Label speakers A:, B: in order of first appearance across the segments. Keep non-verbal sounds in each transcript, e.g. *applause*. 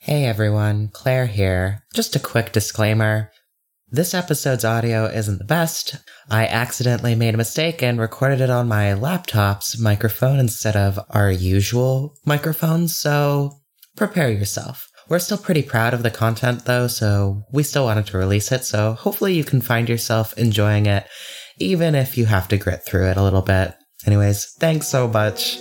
A: Hey everyone, Claire here. Just a quick disclaimer. This episode's audio isn't the best. I accidentally made a mistake and recorded it on my laptop's microphone instead of our usual microphone, so prepare yourself. We're still pretty proud of the content though, so we still wanted to release it, so hopefully you can find yourself enjoying it, even if you have to grit through it a little bit. Anyways, thanks so much.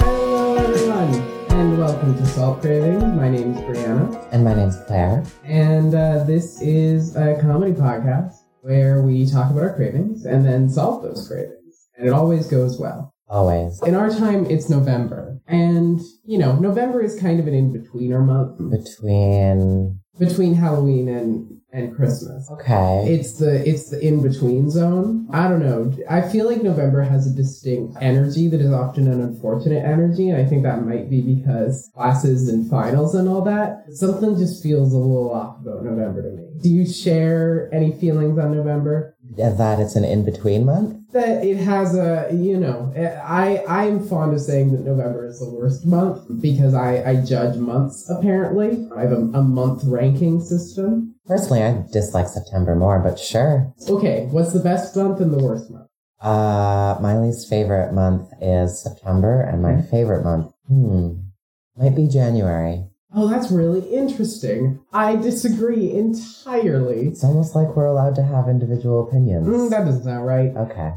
B: Hello, everyone, and welcome to Salt Cravings. My name is Brianna,
A: And my name's Claire.
B: and uh, this is a comedy podcast where we talk about our cravings and then solve those cravings. And it always goes well.
A: Always.
B: In our time, it's November, and you know, November is kind of an in betweener month
A: Between.
B: between Halloween and and Christmas.
A: Okay.
B: It's the it's the in between zone. I don't know. I feel like November has a distinct energy that is often an unfortunate energy, and I think that might be because classes and finals and all that. Something just feels a little off about November to me. Do you share any feelings on November?
A: that it's an in between month?
B: That it has a you know eh, I I am fond of saying that November is the worst month because I I judge months apparently. I have a, a month ranking system.
A: Personally, I dislike September more, but sure.
B: Okay, what's the best month and the worst month?
A: Uh, my least favorite month is September, and my favorite month, hmm, might be January.
B: Oh, that's really interesting. I disagree entirely.
A: It's almost like we're allowed to have individual opinions.
B: Mm, that doesn't sound right. *laughs*
A: okay.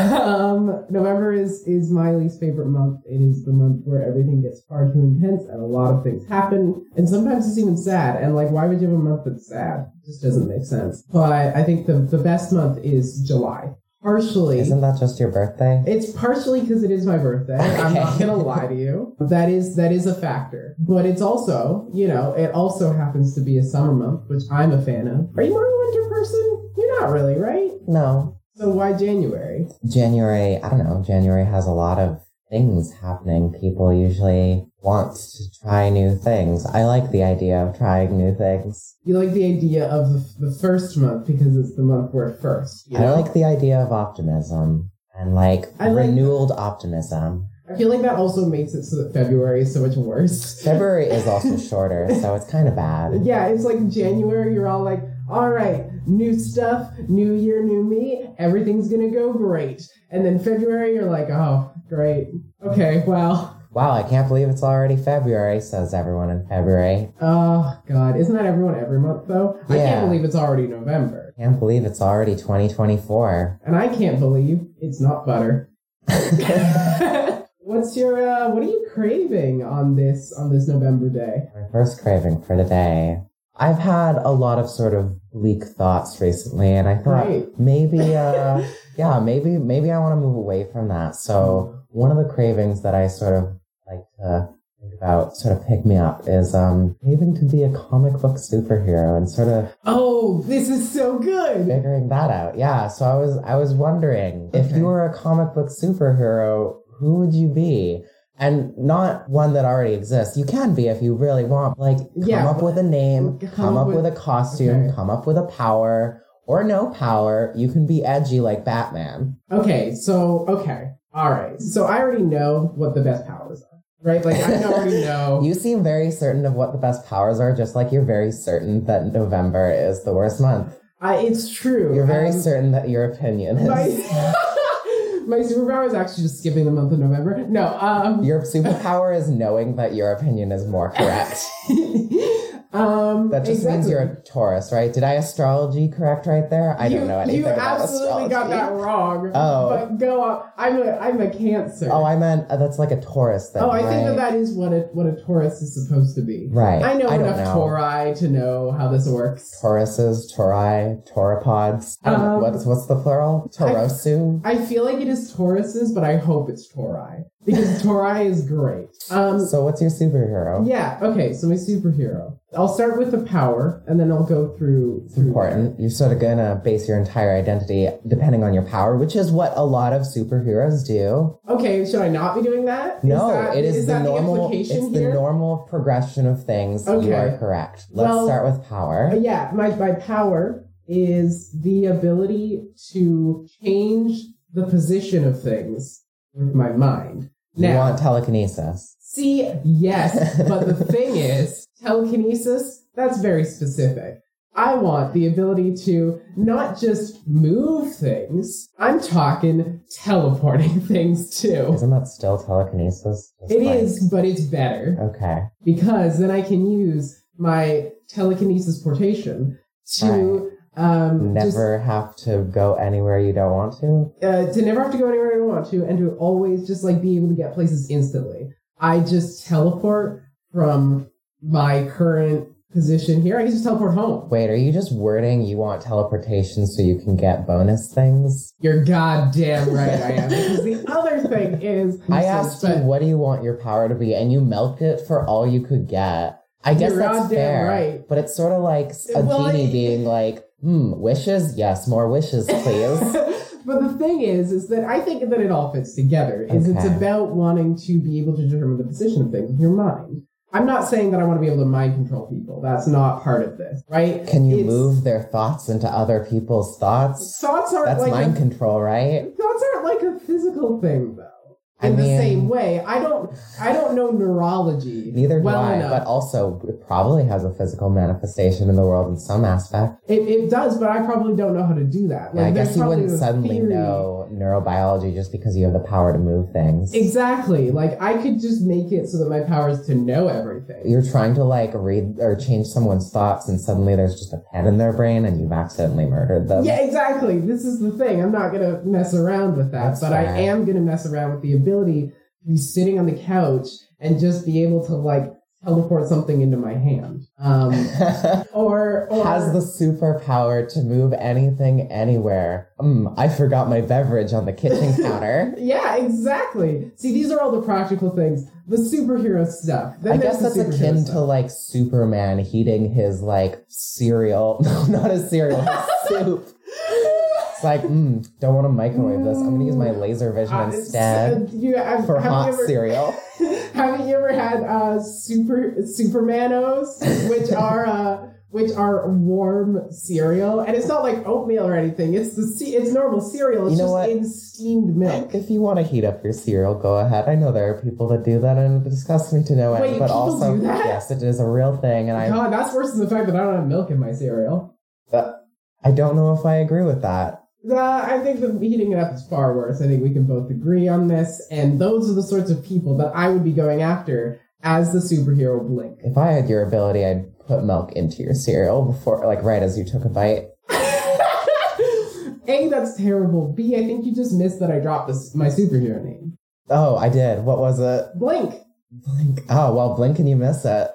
B: um, November is is my least favorite month. It is the month where everything gets far too intense and a lot of things happen, and sometimes it's even sad. And like, why would you have a month that's sad? It just doesn't make sense. But I think the the best month is July. Partially,
A: Isn't that just your birthday?
B: It's partially because it is my birthday. I'm not
A: Okay.
B: gonna lie to you. That is that is a factor. But it's also, you know, it also happens to be a summer month, which I'm a fan of. Are you more of a winter person? You're not really, right?
A: No.
B: So why January?
A: January, I don't know, January has a lot of things happening. People usually want to try new things. I like the idea of trying new things.
B: You like the idea of the, the first month because it's the month where it first. You
A: I
B: know?
A: like the idea of optimism and like
B: I like-
A: renewed optimism.
B: I feel like that also makes it so that February is so much worse.
A: February is
B: *laughs*
A: also shorter, so it's kind of bad.
B: Yeah, it's like January, you're all like, all right, new stuff, new year, new me, everything's gonna go great. And then February, you're like, oh, great. Okay, well,
A: Wow, I can't believe it's already February, says everyone in February.
B: oh, God. Isn't that everyone every month, though? I
A: Yeah.
B: can't believe it's already November.
A: Can't believe it's already
B: *laughs*
A: 2024.
B: And I can't believe it's not butter. *laughs*
A: My
B: What's your, uh, what are you craving on this, on this November day?
A: first craving for today. I've had a lot of sort of bleak thoughts recently, and I thought
B: Right.
A: maybe, uh, yeah, maybe, maybe I want to move away from that. So one of the cravings that I sort of like to think about, sort of pick me up, is um, craving to be a comic book superhero and sort of
B: Oh, this is so good.
A: figuring that out. Yeah, so I was I was wondering if
B: Okay.
A: you were a comic book superhero, who would you be? And not one that already exists. You can be if you really want. Like come
B: Yeah.
A: up with a name, come, up with, a costume,
B: okay.
A: come up with a power or no power. You can be edgy like Batman.
B: Okay, so okay, all right. So I already know what the best powers are, right? Like I already know.
A: *laughs* You seem very certain of what the best powers are, just like you're very certain that November is the worst month.
B: I, it's true.
A: You're very
B: Um,
A: certain that your opinion is.
B: My, *laughs* my superpower is actually just skipping the month of November. No,
A: *laughs*
B: um,
A: Your superpower is knowing that your opinion is more correct.
B: *laughs* um,
A: That just means
B: exactly.
A: you're a Taurus, right? Did I astrology correct right there? I
B: You-
A: don't know anything
B: You
A: about
B: absolutely
A: astrology.
B: got that wrong.
A: Oh.
B: but go on. I'm a I'm a Cancer.
A: Oh, I meant uh, that's like a Taurus thing.
B: Oh, I
A: right?
B: think that that is what a what a Taurus is supposed to be.
A: Right.
B: I know
A: I don't
B: enough
A: know.
B: Tauri to know how this works.
A: Tauruses, Tauri, Tauropods. I don't know.
B: Um,
A: What's what's the plural? Taurosu.
B: I feel like it is Tauruses, but I hope it's Tauri.
A: *laughs*
B: because Torai is great. Um,
A: So what's your superhero?
B: yeah. Okay. So my superhero. I'll start with the power, and then I'll go through
A: It's
B: through
A: important. You're sort of gonna base your entire identity depending on your power, which is what a lot of superheroes do.
B: Okay, should I not be doing that? Is
A: No,
B: that-
A: it is, the
B: that
A: normal.
B: The
A: it's
B: implication
A: the
B: here?
A: normal progression of things. You
B: Okay.
A: are correct. Let's
B: Well,
A: start with power.
B: Uh, yeah, my my power is the ability to change the position of things with my mind.
A: you
B: Now,
A: want telekinesis.
B: see, yes, but the thing is, telekinesis. That's very specific. I want the ability to not just move things. I'm talking teleporting *laughs* things too.
A: Isn't that still telekinesis? It's
B: Oh. It
A: like-
B: is, but it's better.
A: Okay.
B: because then I can use my telekinesis portation to um, just,
A: Never have to go anywhere you don't want to.
B: uh, to never have to go anywhere I don't want to, and to always just like be able to get places instantly. I just teleport from my current position here. I can just teleport home.
A: Wait, are you just wording you want teleportation so you can get bonus things?
B: You're goddamn right, I am. Because
A: *laughs*
B: the other thing is,
A: I asked you, what do you want your power to be? And you milked it for all you could get. I guess
B: You're
A: that's
B: goddamn
A: fair.
B: right.
A: But it's sort of like a
B: Well,
A: genie
B: I-
A: being like, hmm, wishes? Yes, more wishes,
B: *laughs*
A: please.
B: but the thing is, is that I think that it all fits together. Is it's
A: Okay.
B: about wanting to be able to determine the position of things in your mind. I'm not saying that I want to be able to mind control people. That's not part of this, right?
A: Can you
B: It's-
A: move their thoughts into other people's thoughts?
B: Thoughts aren't
A: That's
B: like
A: mind
B: a,
A: control, right?
B: thoughts aren't like a physical thing though.
A: I
B: In the
A: mean-
B: same way, I don't I don't know neurology
A: Neither do
B: well
A: I,
B: enough.
A: but also it probably has a physical manifestation in the world in some aspect.
B: it, it does, but I probably don't know how to do that.
A: Yeah, I
B: there's
A: guess you
B: probably
A: wouldn't
B: a
A: suddenly
B: theory.
A: know neurobiology just because you have the power to move things.
B: Exactly. Like I could just make it so that my power is to know everything.
A: You're trying to like read or change someone's thoughts, and suddenly there's just a pen in their brain, and you've accidentally murdered them.
B: Yeah, exactly. This is the thing. I'm not gonna mess around with that,
A: That's
B: but I
A: fair.
B: am gonna mess around with the ability to be sitting on the couch and just be able to like teleport something into my hand. Um, or
A: *laughs*
B: or
A: Has the superpower to move anything anywhere. Mm, I forgot my beverage on the kitchen counter.
B: yeah, exactly. See, these are all the practical things. The superhero stuff. Then
A: I
B: there's
A: guess
B: the
A: that's
B: superhero
A: akin
B: stuff.
A: to like Superman heating his like cereal. *laughs* No, not his cereal,
B: *laughs*
A: his soup. It's like, mm, don't want to microwave this. I'm gonna use my laser vision
B: Uh, it's-
A: instead.
B: *laughs* uh, you- I've-
A: for
B: have you
A: hot
B: ever-
A: cereal. *laughs*
B: *laughs* Haven't you ever had uh, super supermanos,
A: *laughs*
B: which are uh, which are warm cereal, and it's not like oatmeal or anything. It's the ce- it's normal cereal. It's
A: You know
B: just
A: what?
B: in steamed milk.
A: If you want to heat up your cereal, go ahead. I know there are people that do that, and it disgusts me to no end.
B: Wait,
A: but
B: people
A: also,
B: do that?
A: yes, it is a real thing, and I
B: God, that's worse than the fact that I don't have milk in my cereal.
A: I don't know if I agree with that.
B: Uh, I think the heating it up is far worse. I think we can both agree on this, and those are the sorts of people that I would be going after as the superhero
A: *laughs*
B: Blink.
A: If I had your ability, I'd put milk into your cereal before, like right as you took a bite.
B: A, that's terrible. B, I think you just missed that I dropped this, my superhero name.
A: Oh, I did. What was it?
B: Blink.
A: Blink. Oh, well, blink and you miss it.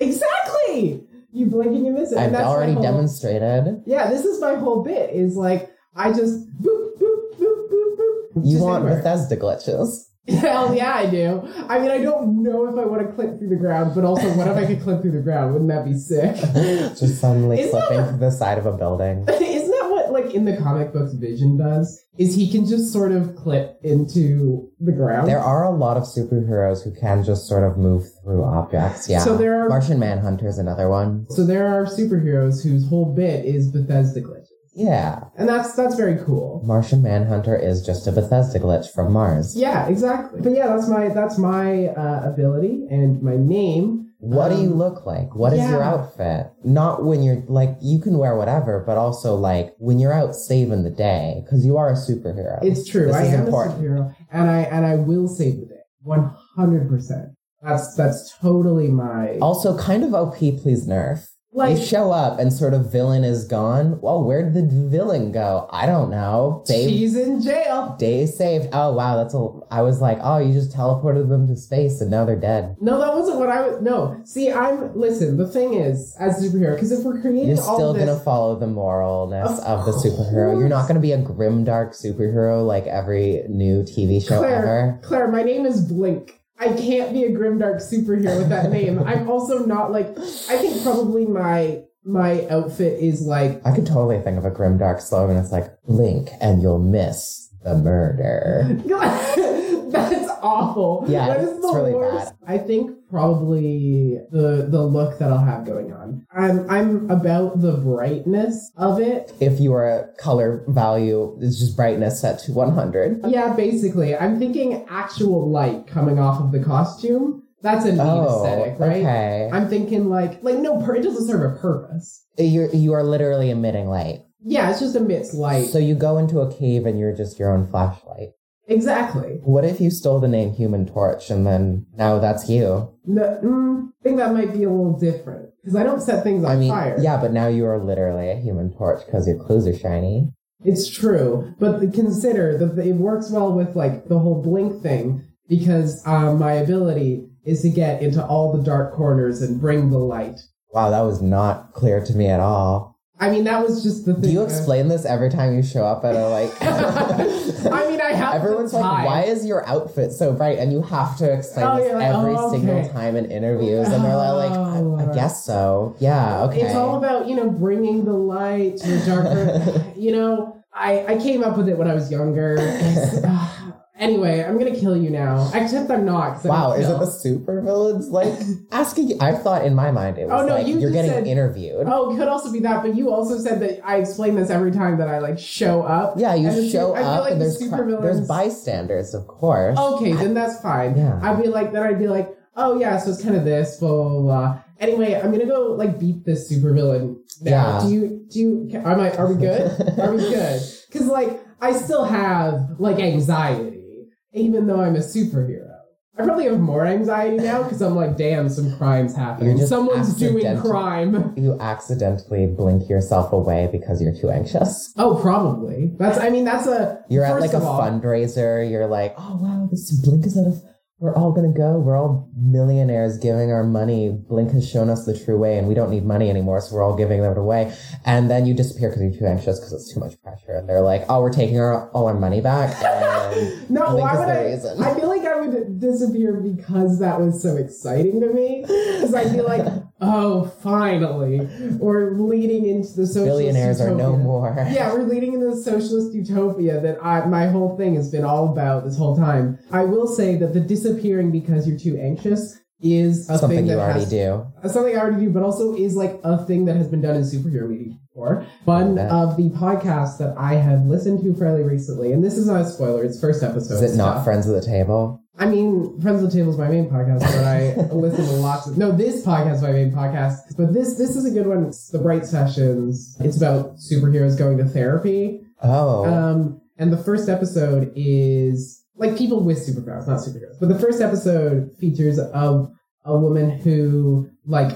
B: Exactly. You blink and you miss it. and
A: I've
B: that's my
A: already
B: whole-
A: demonstrated.
B: Yeah, this is my whole bit. Is like I just boop boop boop boop boop.
A: You
B: just
A: want
B: anywhere.
A: Bethesda
B: *laughs*
A: glitches.
B: Hell yeah, I do. I mean, I don't know if I want to clip through the ground, but also, what if I could clip through the ground? Wouldn't that be sick? *laughs*
A: Just suddenly
B: Is that
A: clipping
B: a-
A: to the side of a building.
B: Isn't that what like in the comic books Vision does? Is he can just sort of clip into the ground?
A: There are a lot of superheroes who can just sort of move through objects. Yeah.
B: So there are
A: Martian Manhunter is another one.
B: so there are superheroes whose whole bit is Bethesda glitches,
A: Yeah.
B: and that's that's very cool.
A: Martian Manhunter is just a Bethesda glitch from Mars.
B: Yeah, exactly. But yeah, that's my that's my uh, ability and my name.
A: What do you
B: Um,
A: look like? What is your
B: yeah.
A: outfit? Not when you're like, you can wear whatever, but also like when you're out saving the day, because you are a superhero.
B: It's true.
A: This
B: I
A: is
B: am
A: important.
B: a superhero, and I and I will save the day one hundred percent. That's that's totally my.
A: also kind of OP, please nerf. You
C: Like,
A: show up and sort of villain is gone. Well, where did the villain go? I don't know. Dave,
B: She's in jail.
A: Dave saved. Oh wow, that's a. I was like, oh, you just teleported them to space and now they're dead.
B: No, that wasn't what I was. No, see, I'm listen. The thing is, as a superhero, because if we're creating
A: You're
B: all
A: still
B: this,
A: gonna follow the moralness
B: Of
A: of, the superhero. You're
B: course.
A: not gonna be a grim dark superhero like every new TV show
B: Claire,
A: ever.
B: Claire, my name is Blink. I can't be a grimdark superhero with
A: *laughs*
B: that name. I'm also not like. I think probably my my outfit is like. *laughs*
A: I could totally think of a grim dark slogan. It's like Link and you'll miss the
B: *laughs*
A: murder.
B: That's awful.
A: Yeah,
B: that is
A: it's
B: the
A: really
B: worst. I think probably the the look that I'll have going on. I'm I'm about the brightness of it.
A: if your color value is just brightness set to 100.
B: Yeah, basically, I'm thinking actual light coming off of the costume. That's a neat
A: Oh,
B: aesthetic, right?
A: okay.
B: I'm thinking like like no, pur- it doesn't serve a purpose.
A: You're you are literally emitting light.
B: Yeah, it's just emits light.
A: So you go into a cave and you're just your own flashlight.
B: exactly.
A: What if you stole the name Human Torch and then now that's you?
B: No, mm, I think that might be a little different because I don't set things on
A: I mean,
B: fire.
A: yeah, but now you are literally a Human Torch because your clothes are shiny.
B: it's true. But the- consider that it works well with like the whole blink thing because um, my ability is to get into all the dark corners and bring the light.
A: Wow, that was not clear to me at all.
B: I mean, that was just the thing.
A: Do you
B: uh,
A: explain this every time you show up at a like?
B: *laughs* I mean, I
A: *laughs*
B: have.
A: Everyone's
B: the
A: like,
B: time.
A: why is your outfit so bright? And you have to explain
B: Oh,
A: this
B: you're like,
A: every
B: oh,
A: single
B: okay.
A: time in interviews. And they're like, I, I
B: Oh.
A: guess so. Yeah, okay.
B: It's all about you know bringing the light to
A: *laughs*
B: the darker. you know, I I came up with it when I was younger. *sighs* anyway, I'm gonna kill you now. Except I'm not. 'cause I
A: Wow,
B: don't
A: is it
B: know.
A: the super villains
B: *laughs*
A: like asking? I thought in my mind it was
B: Oh, no,
A: like
B: you
A: you are
B: just
A: getting
B: said-
A: interviewed.
B: Oh, it could also be that, but you also said that I explain this every time that I like show up.
A: yeah,
B: and
A: you
B: the
A: show
B: su- I feel
A: up
B: like
A: and
B: the Oh.
A: there's cr-
B: supervillains-
A: there's bystanders, of course.
B: Okay, then that's fine.
A: Yeah.
B: I'd be like, then I'd be like, oh yeah, so it's kind of this, blah blah. blah. Anyway, I'm gonna go like beat this supervillain.
A: Yeah.
B: Now, do you do you? ca- Am I? Are we good?
A: *laughs*
B: are we good? Because like I still have like anxiety, even though I'm a superhero. I probably have more anxiety now because I'm like, damn, some crimes
A: You're
B: happening.
A: just
B: Someone's doing
A: accidental.
B: crime.
A: You accidentally blink yourself away because you're too anxious.
B: Oh, probably. That's. I mean, that's a.
A: You're at
B: first
A: like a
B: of all-
A: fundraiser. You're like, oh wow, this Blink is out of. We're all gonna go. We're all millionaires giving our money. Blink has shown us the true way, and we don't need money anymore, so we're all giving it away. And then you disappear because you're too anxious because it's too much pressure. And they're like, oh, we're taking our all our money back. And
B: No,
A: Blink
B: why
A: is
B: would
A: the
B: I?
A: reason.
B: I feel like I would disappear because that was so exciting to me. Because I'd be
A: *laughs*
B: like, oh, finally. Or leading into the socialist
A: Billionaires are no
B: utopia.
A: more.
B: Yeah, we're leading into the socialist utopia that I, my whole thing has been all about this whole time. I will say that the disappearing because you're too anxious is
A: *laughs*
B: a
A: Something
B: thing that
A: you already
B: has,
A: do.
B: something I already do, but also is like a thing that has been done in superhero media before. One
A: Yeah.
B: of the podcasts that I have listened to fairly recently, and this is not a spoiler, it's first episode.
A: Is it not
B: stuff.
A: friends at the table?
B: I mean, Friends of the Table is my main podcast, but
A: *laughs*
B: I listen to lots of. No, this podcast is my main podcast, but this this is a good one. It's the Bright Sessions. It's about superheroes going to therapy.
A: Oh,
B: Um, and the first episode is like people with superpowers, not superheroes. But the first episode features of a woman who like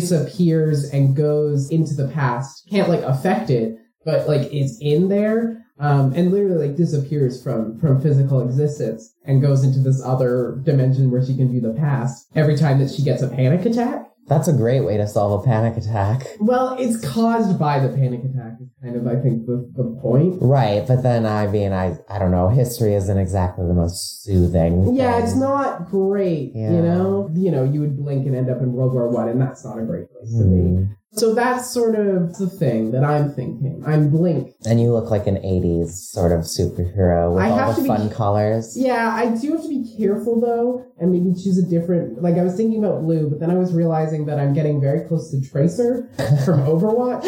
B: disappears and goes into the past. Can't like affect it, but like is in there. Um, and literally like disappears from from physical existence and goes into this other dimension where she can view the past every time that she gets a panic attack.
A: that's a great way to solve a panic attack.
B: Well, it's caused by the panic attack is kind of I think the, the point.
A: Right, but then I mean, I I don't know. History isn't exactly the most soothing.
B: Yeah,
A: thing.
B: it's not great. You
A: Um, Yeah.
B: know, you know, you would blink and end up in World War One, and that's not a great place to be.
A: Hmm.
B: So that's sort of the thing that I'm thinking. I'm blink.
A: And you look like an 80s sort of superhero with
B: I
A: all
B: have
A: the
B: to be-
A: fun colors.
B: Yeah, I do have to be careful though, and maybe choose a different. Like I was thinking about blue, but then I was realizing that I'm getting very close to
A: *laughs*
B: Tracer from Overwatch.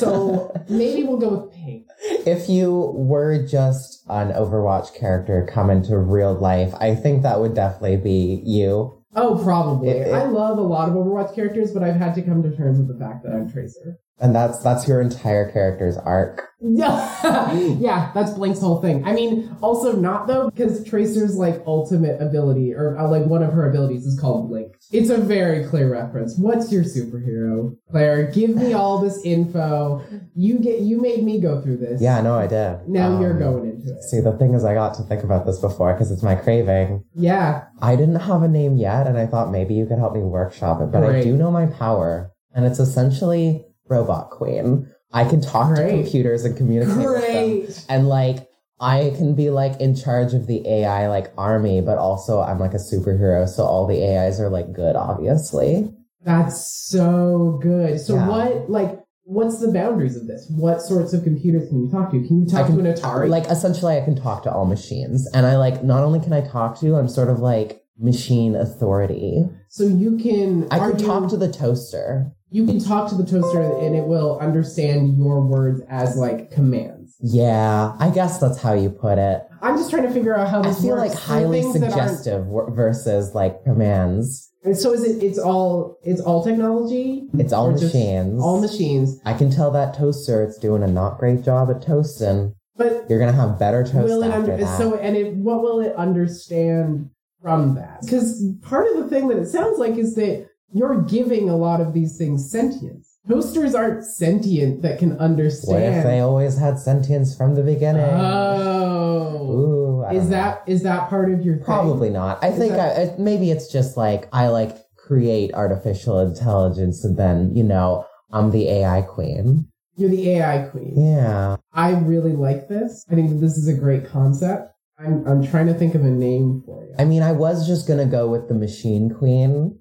B: So maybe we'll go with pink.
A: If you were just an Overwatch character come into real life, I think that would definitely be you.
B: Oh, probably.
A: It- it-
B: I love a lot of Overwatch characters, but I've had to come to terms with the fact that I'm Tracer.
A: And that's that's your entire character's arc.
B: Yeah,
A: Mm.
B: yeah, that's Blink's whole thing. I mean, also not though, because Tracer's like ultimate ability, or uh, like one of her abilities, is called Blink. It's a very clear reference. What's your superhero, Claire? Give me all this info. You get, you made me go through this.
A: Yeah, no, I did.
B: Now
A: Um,
B: you're going into it.
A: See, the thing is, I got to think about this before because it's my craving.
B: Yeah,
A: I didn't have a name yet, and I thought maybe you could help me workshop it, but I
B: Great.
A: do know my power, and it's essentially Robot Queen. I can talk
B: Great.
A: to computers and communicate with them.
B: great.
A: And like, I can be like in charge of the AI like army, but also I'm like a superhero, so all the AIs are like good, obviously.
B: That's so good. So
A: Yeah.
B: what, like, what's the boundaries of this? What sorts of computers can you talk to? Can you
A: I
B: talk
A: can-
B: to an Atari?
A: Like essentially I can talk to all machines. And I like not only can I talk to, I'm sort of like machine authority.
B: so you can.
A: I
B: are
A: can
B: you-
A: talk to the toaster.
B: You can talk to the toaster and it will understand your words as like commands.
A: Yeah, I guess that's how you put it.
B: I'm just trying to figure out how
A: I
B: this
A: feel
B: works
A: like
B: for
A: highly
B: things that aren't-
A: suggestive wor- versus like commands.
B: And so is it? It's all. It's all technology.
A: It's all
B: Or Mm, just
A: machines.
B: All machines.
A: I can tell that toaster it's doing a not great job at toasting.
B: But
A: You're gonna have better toast
B: will it
A: after
B: under?
A: that.
B: So and it, what will it understand from that? Because part of the thing that it sounds like is that you're giving a lot of these things sentience. Toasters aren't sentient that can
A: what if they
B: understand.
A: always had sentience from the beginning?
B: oh,
A: Ooh, I
B: Uh, is
A: don't know.
B: that is that part of your thing?
A: probably not? I
B: Is
A: think
B: that-
A: I, it, maybe it's just like I like create artificial intelligence, and then you know I'm the AI queen.
B: You're the AI queen.
A: Yeah,
B: I really like this. I think that this is a great concept. I'm, I'm trying to think of a name for you.
A: I mean, I was just gonna go with the machine queen.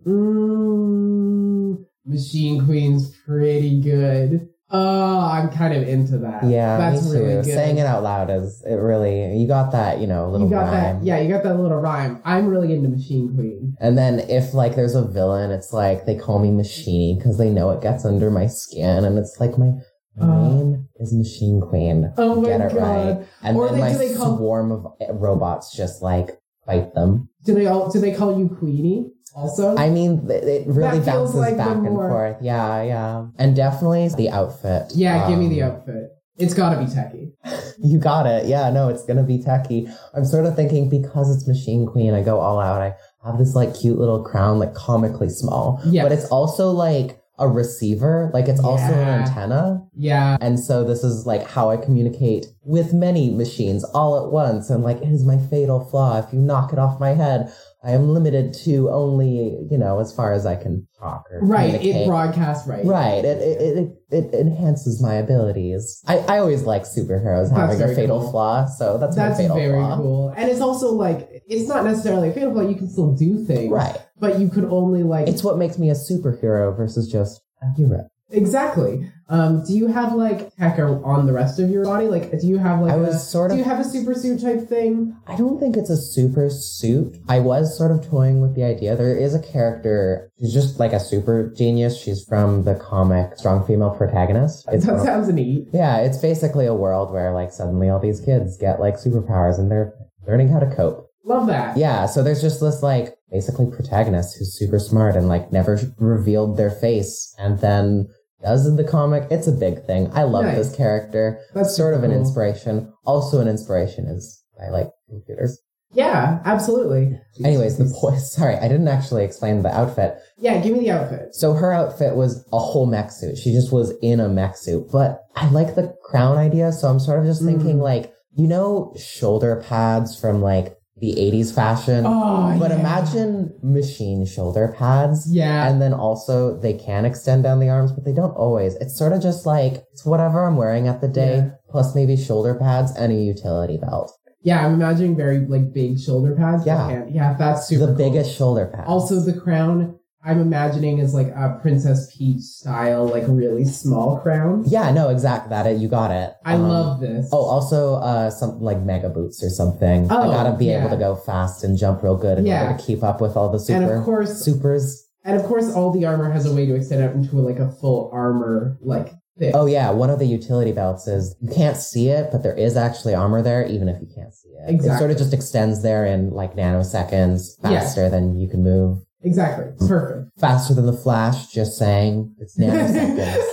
B: Mm, Machine Queen's pretty good. Oh, I'm kind of into that.
A: Yeah,
B: that's
A: me too.
B: really good.
A: Saying it out loud is it really you got that you know little
B: you got
A: rhyme.
B: that? Yeah, you got that little rhyme. I'm really into Machine Queen.
A: And then if like there's a villain, it's like they call me Machine because they know it gets under my skin, and it's like my
B: Oh.
A: name is Machine Queen.
B: Oh my
A: Get it
B: god!
A: right. And
B: Or
A: then
B: they-
A: my
B: do they call-
A: swarm of eh, robots just like fight them.
B: Do they all? Do they call you Queenie? Also,
A: I mean, th- it really
B: That feels
A: bounces
B: like the
A: back and
B: more-
A: forth. Yeah, yeah. And definitely the outfit.
B: yeah, give me
A: Um,
B: the outfit. It's got to be techie.
A: You got it. Yeah, no, it's gonna be techie. I'm sort of thinking because it's Machine Queen, I go all out. I have this like cute little crown, like comically small.
B: Yeah.
A: But it's also like a receiver, like it's also an
B: Yeah.
A: antenna.
B: Yeah,
A: And so this is like how I communicate with many machines all at once. And like it is my fatal flaw. If you knock it off my head, I am limited to only, you know, as far as I can talk or
B: right. It
A: communicate.
B: broadcasts right.
A: Right. It, it, it, it enhances my abilities. I, I always like superheroes
B: That's
A: having a
B: very
A: fatal
B: cool.
A: flaw, so that's,
B: That's
A: my fatal
B: very
A: flaw.
B: cool. And it's also like it's not necessarily a fatal flaw. You can still do things,
A: Right.
B: but you could only like
A: It's what makes me a superhero versus just a hero.
B: exactly. Um, do you have like tech on the rest of your body? Like, do you have like
A: I
B: a-
A: was sort
B: do
A: of
B: you have a super suit type thing?
A: I don't think it's a super suit. I was sort of toying with the idea. There is a character, she's just like a super genius. She's from the comic Strong Female Protagonist. It's
B: that
A: one of-
B: sounds neat.
A: yeah, it's basically a world where like suddenly all these kids get like superpowers and they're learning how to cope.
B: Love that.
A: Yeah, so there's just this like basically protagonist who's super smart and like never revealed their face and then does in the comic. It's a big thing. I love
B: Nice.
A: this character.
B: that's
A: Sort of an
B: cool.
A: inspiration. Also an inspiration is I like computers.
B: Yeah, absolutely.
A: Anyways, the point. *laughs* Sorry, I didn't actually explain the outfit.
B: Yeah, give me the outfit.
A: So her outfit was a whole mech suit. She just was in a mech suit. But I like the crown idea, so I'm sort of just thinking
B: Mm.
A: like you know shoulder pads from like the '80s fashion,
B: Oh,
A: Um, but
B: yeah.
A: imagine machine shoulder pads.
B: Yeah,
A: And then also they can extend down the arms, but they don't always. It's sort of just like it's whatever I'm wearing at the day,
B: Yeah.
A: plus maybe shoulder pads and a utility belt.
B: yeah. I'm imagining very like big shoulder pads.
A: Yeah.
B: And- yeah. That's
A: the
B: super. cool.
A: biggest shoulder pads.
B: Also, the crown I'm imagining is like a Princess Peach style, like really small crown.
A: Yeah, no, exactly. That it, you got it.
B: I
A: Um,
B: love this.
A: Oh, also uh, something like mega boots or something. I
B: Oh,
A: gotta be able
B: yeah.
A: to go fast and jump real good in
B: Yeah.
A: order to keep up with all the super
B: and of course,
A: supers.
B: and of course, all the armor has a way to extend out into like a full armor, like thick.
A: Oh yeah, one of the utility belts is you can't see it, but there is actually armor there, even if you can't see it. It sort
B: Exactly.
A: of just extends there in like nanoseconds,
B: Yeah.
A: faster than you can move,
B: exactly, perfect. *laughs*
A: faster than the Flash. Just saying, it's nanoseconds.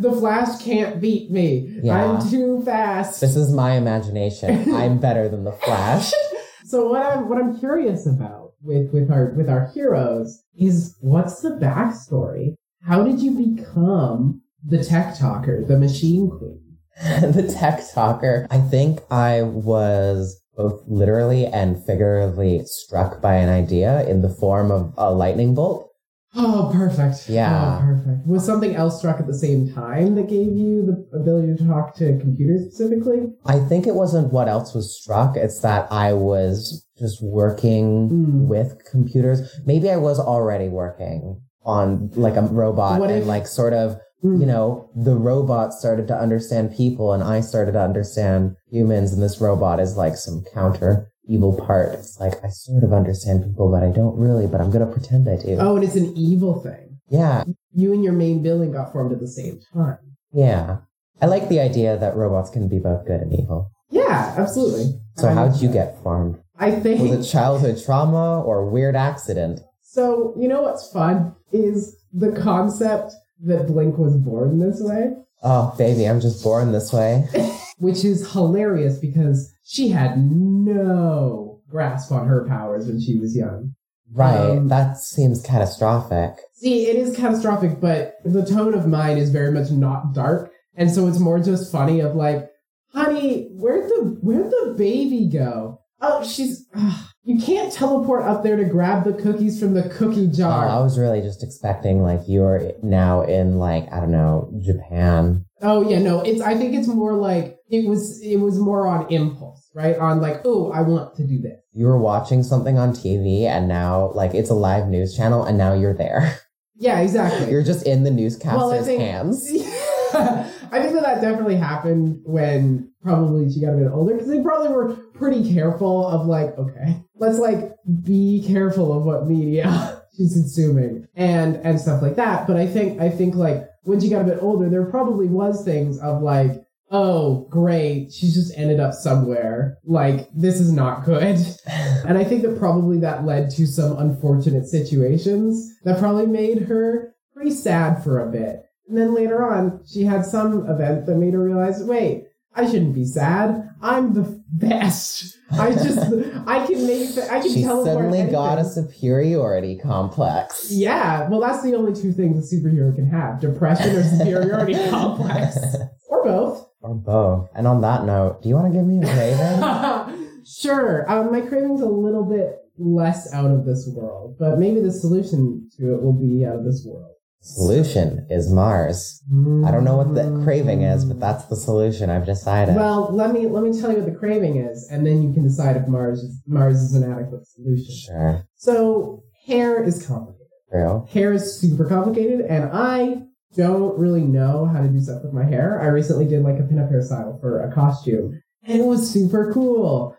B: The Flash can't beat me.
A: Yeah.
B: I'm too fast.
A: This is my imagination. I'm better than the Flash. *laughs*
B: So what I'm what I'm curious about with with our with our heroes is what's the backstory? How did you become the tech talker, the machine queen?
A: the tech talker. I think I was both literally and figuratively struck by an idea in the form of a lightning bolt.
B: Oh, perfect.
A: Yeah.
B: Oh, perfect. Was something else struck at the same time that gave you the ability to talk to computers specifically?
A: I think it wasn't what else was struck. It's that I was just working
B: Hmm.
A: with computers. Maybe I was already working on like a robot
B: What
A: and
B: if- Mm-hmm.
A: like sort of
B: Hmm.
A: you know, the robot started to understand people and I started to understand humans. And this robot is like some counter evil part. It's like, I sort of understand people, but I don't really, but I'm going to pretend I do.
B: Oh, and it's an evil thing.
A: Yeah.
B: You and your main villain got formed at the same time.
A: Yeah. I like the idea that robots can be both good and evil.
B: Yeah, absolutely.
A: So
B: I-
A: how'd you get formed?
B: I think
A: Was it childhood trauma or weird accident?
B: So, you know what's fun is the concept that Blink was born this way,
A: Oh, baby, I'm just born this way.
B: which is hilarious because she had no grasp on her powers when she was young.
A: Right.
B: Um,
A: that seems catastrophic.
B: See, it is catastrophic, but the tone of mine is very much not dark, and so it's more just funny of like, honey, where'd the where'd the baby go? Oh, she's ugh, you can't teleport up there to grab the cookies from the cookie
A: Oh,
B: jar.
A: I was really just expecting like you're now in like, I don't know, Japan
B: Oh yeah, no, it's I think it's more like it was it was more on impulse, right? On like, oh, I want to do this.
A: you were watching something on TV and now like it's a live news channel and now you're there. *laughs*
B: Yeah, exactly.
A: you're just in the
B: Well, I
A: newscaster's
B: think-
A: hands.
B: *laughs* I think that that definitely happened when probably she got a bit older because they probably were pretty careful of like, okay, let's like be careful of what media *laughs* she's consuming and and stuff like that. But I think I think like when she got a bit older, there probably was things of like, oh great, she's just ended up somewhere. Like this is not good. *laughs* And I think that probably that led to some unfortunate situations that probably made her pretty sad for a bit. And then later on, she had some event that made her realize, wait, I shouldn't be sad. I'm the best. I just, I can make, I can
A: She
B: teleport.
A: suddenly
B: anything.
A: got a superiority complex.
B: Yeah, well, that's the only two things a superhero can have:
A: *laughs*
B: depression or superiority complex, or both.
A: or both. And on that note, do you want to give me a
B: *laughs*
A: raven?
B: sure. Um, my craving's a little bit less out of this world, but maybe the solution to it will be out of this world.
A: solution is Mars. I don't know what the craving is, but that's the solution I've decided.
B: Well, let me let me tell you what the craving is, and then you can decide if Mars is, Mars is an adequate solution.
A: sure.
B: So hair is complicated.
A: True.
B: Hair is super complicated, and I don't really know how to do stuff with my hair. I recently did like a pinup hairstyle for a costume, and it was super cool.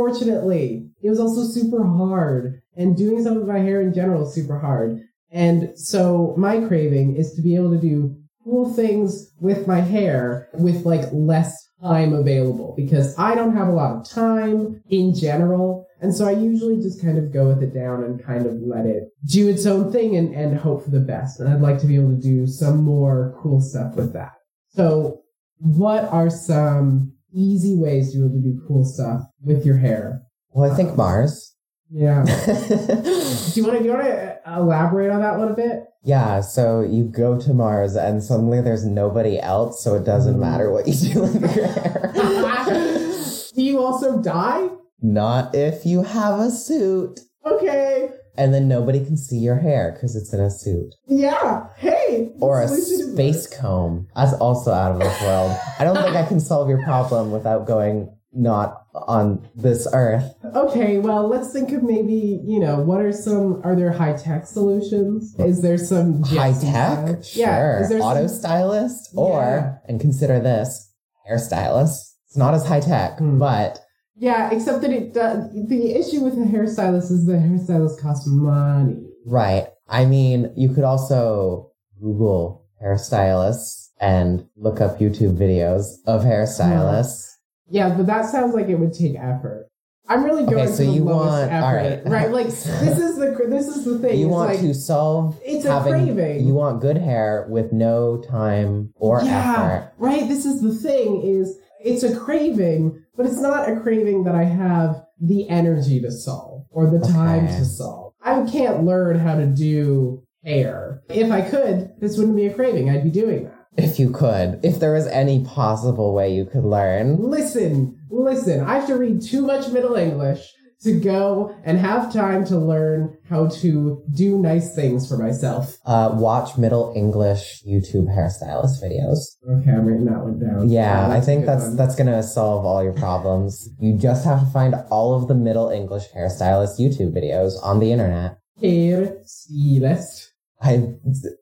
B: Unfortunately, it was also super hard, and doing stuff with my hair in general is super hard. And so my craving is to be able to do cool things with my hair with like less time available because I don't have a lot of time in general. And so I usually just kind of go with it down and kind of let it do its own thing and, and hope for the best. And I'd like to be able to do some more cool stuff with that. So what are some easy ways to be able to do cool stuff with your hair?
A: Well, I think Mars. *laughs*
B: Yeah. Do you want to, do you want to elaborate on that one a bit? *laughs*
A: Yeah, so you go to Mars and suddenly there's nobody else, so it doesn't matter what you do in your hair.
B: do you also die?
A: *laughs* Not if you have a suit.
B: Okay.
A: And then nobody can see your hair because it's in a suit.
B: Yeah. Hey.
A: Or a
B: the solution is-
A: space comb. That's also out of this world. I don't think I can solve your problem without going not on this earth.
B: Okay. Well, let's think of maybe you know what are some are there high tech solutions? Is there some
A: High
B: gypsy
A: tech?
B: style? Yeah.
A: Sure.
B: Is there some-
A: Auto stylist? Or, and consider this, hairstylist. It's not as high tech,
B: Hmm.
A: but
B: yeah. Except that it does. The issue with the hairstylist is the hairstylist costs money.
A: Right. I mean, you could also Google hairstylists and look up YouTube videos of hairstylists.
B: Yeah, but that sounds like it would take effort. I'm really going
A: Okay,
B: to
A: so
B: the
A: you
B: lowest
A: want- all
B: effort,
A: right.
B: right? Like this
A: *laughs*
B: is the cr- this is the thing.
A: You
B: it's
A: want
B: like,
A: to solve
B: it's a
A: having
B: craving.
A: you want good hair with no time or effort.
B: right. This is the thing is it's a craving, but it's not a craving that I have the energy to solve or the time
A: Okay.
B: to solve. I can't learn how to do hair. If I could, this wouldn't be a craving. I'd be doing that.
A: If you could, if there was any possible way you could learn.
B: Listen, listen, I have to read too much Middle English to go and have time to learn how to do nice things for myself.
A: Uh, watch Middle English YouTube hairstylist videos.
B: Okay, I'm writing that one down.
A: Yeah, I
B: a
A: think
B: good
A: that's
B: one.
A: that's gonna solve all your problems. You just have to find all of the Middle English hairstylist YouTube videos on the internet.
B: hair stylist.
A: I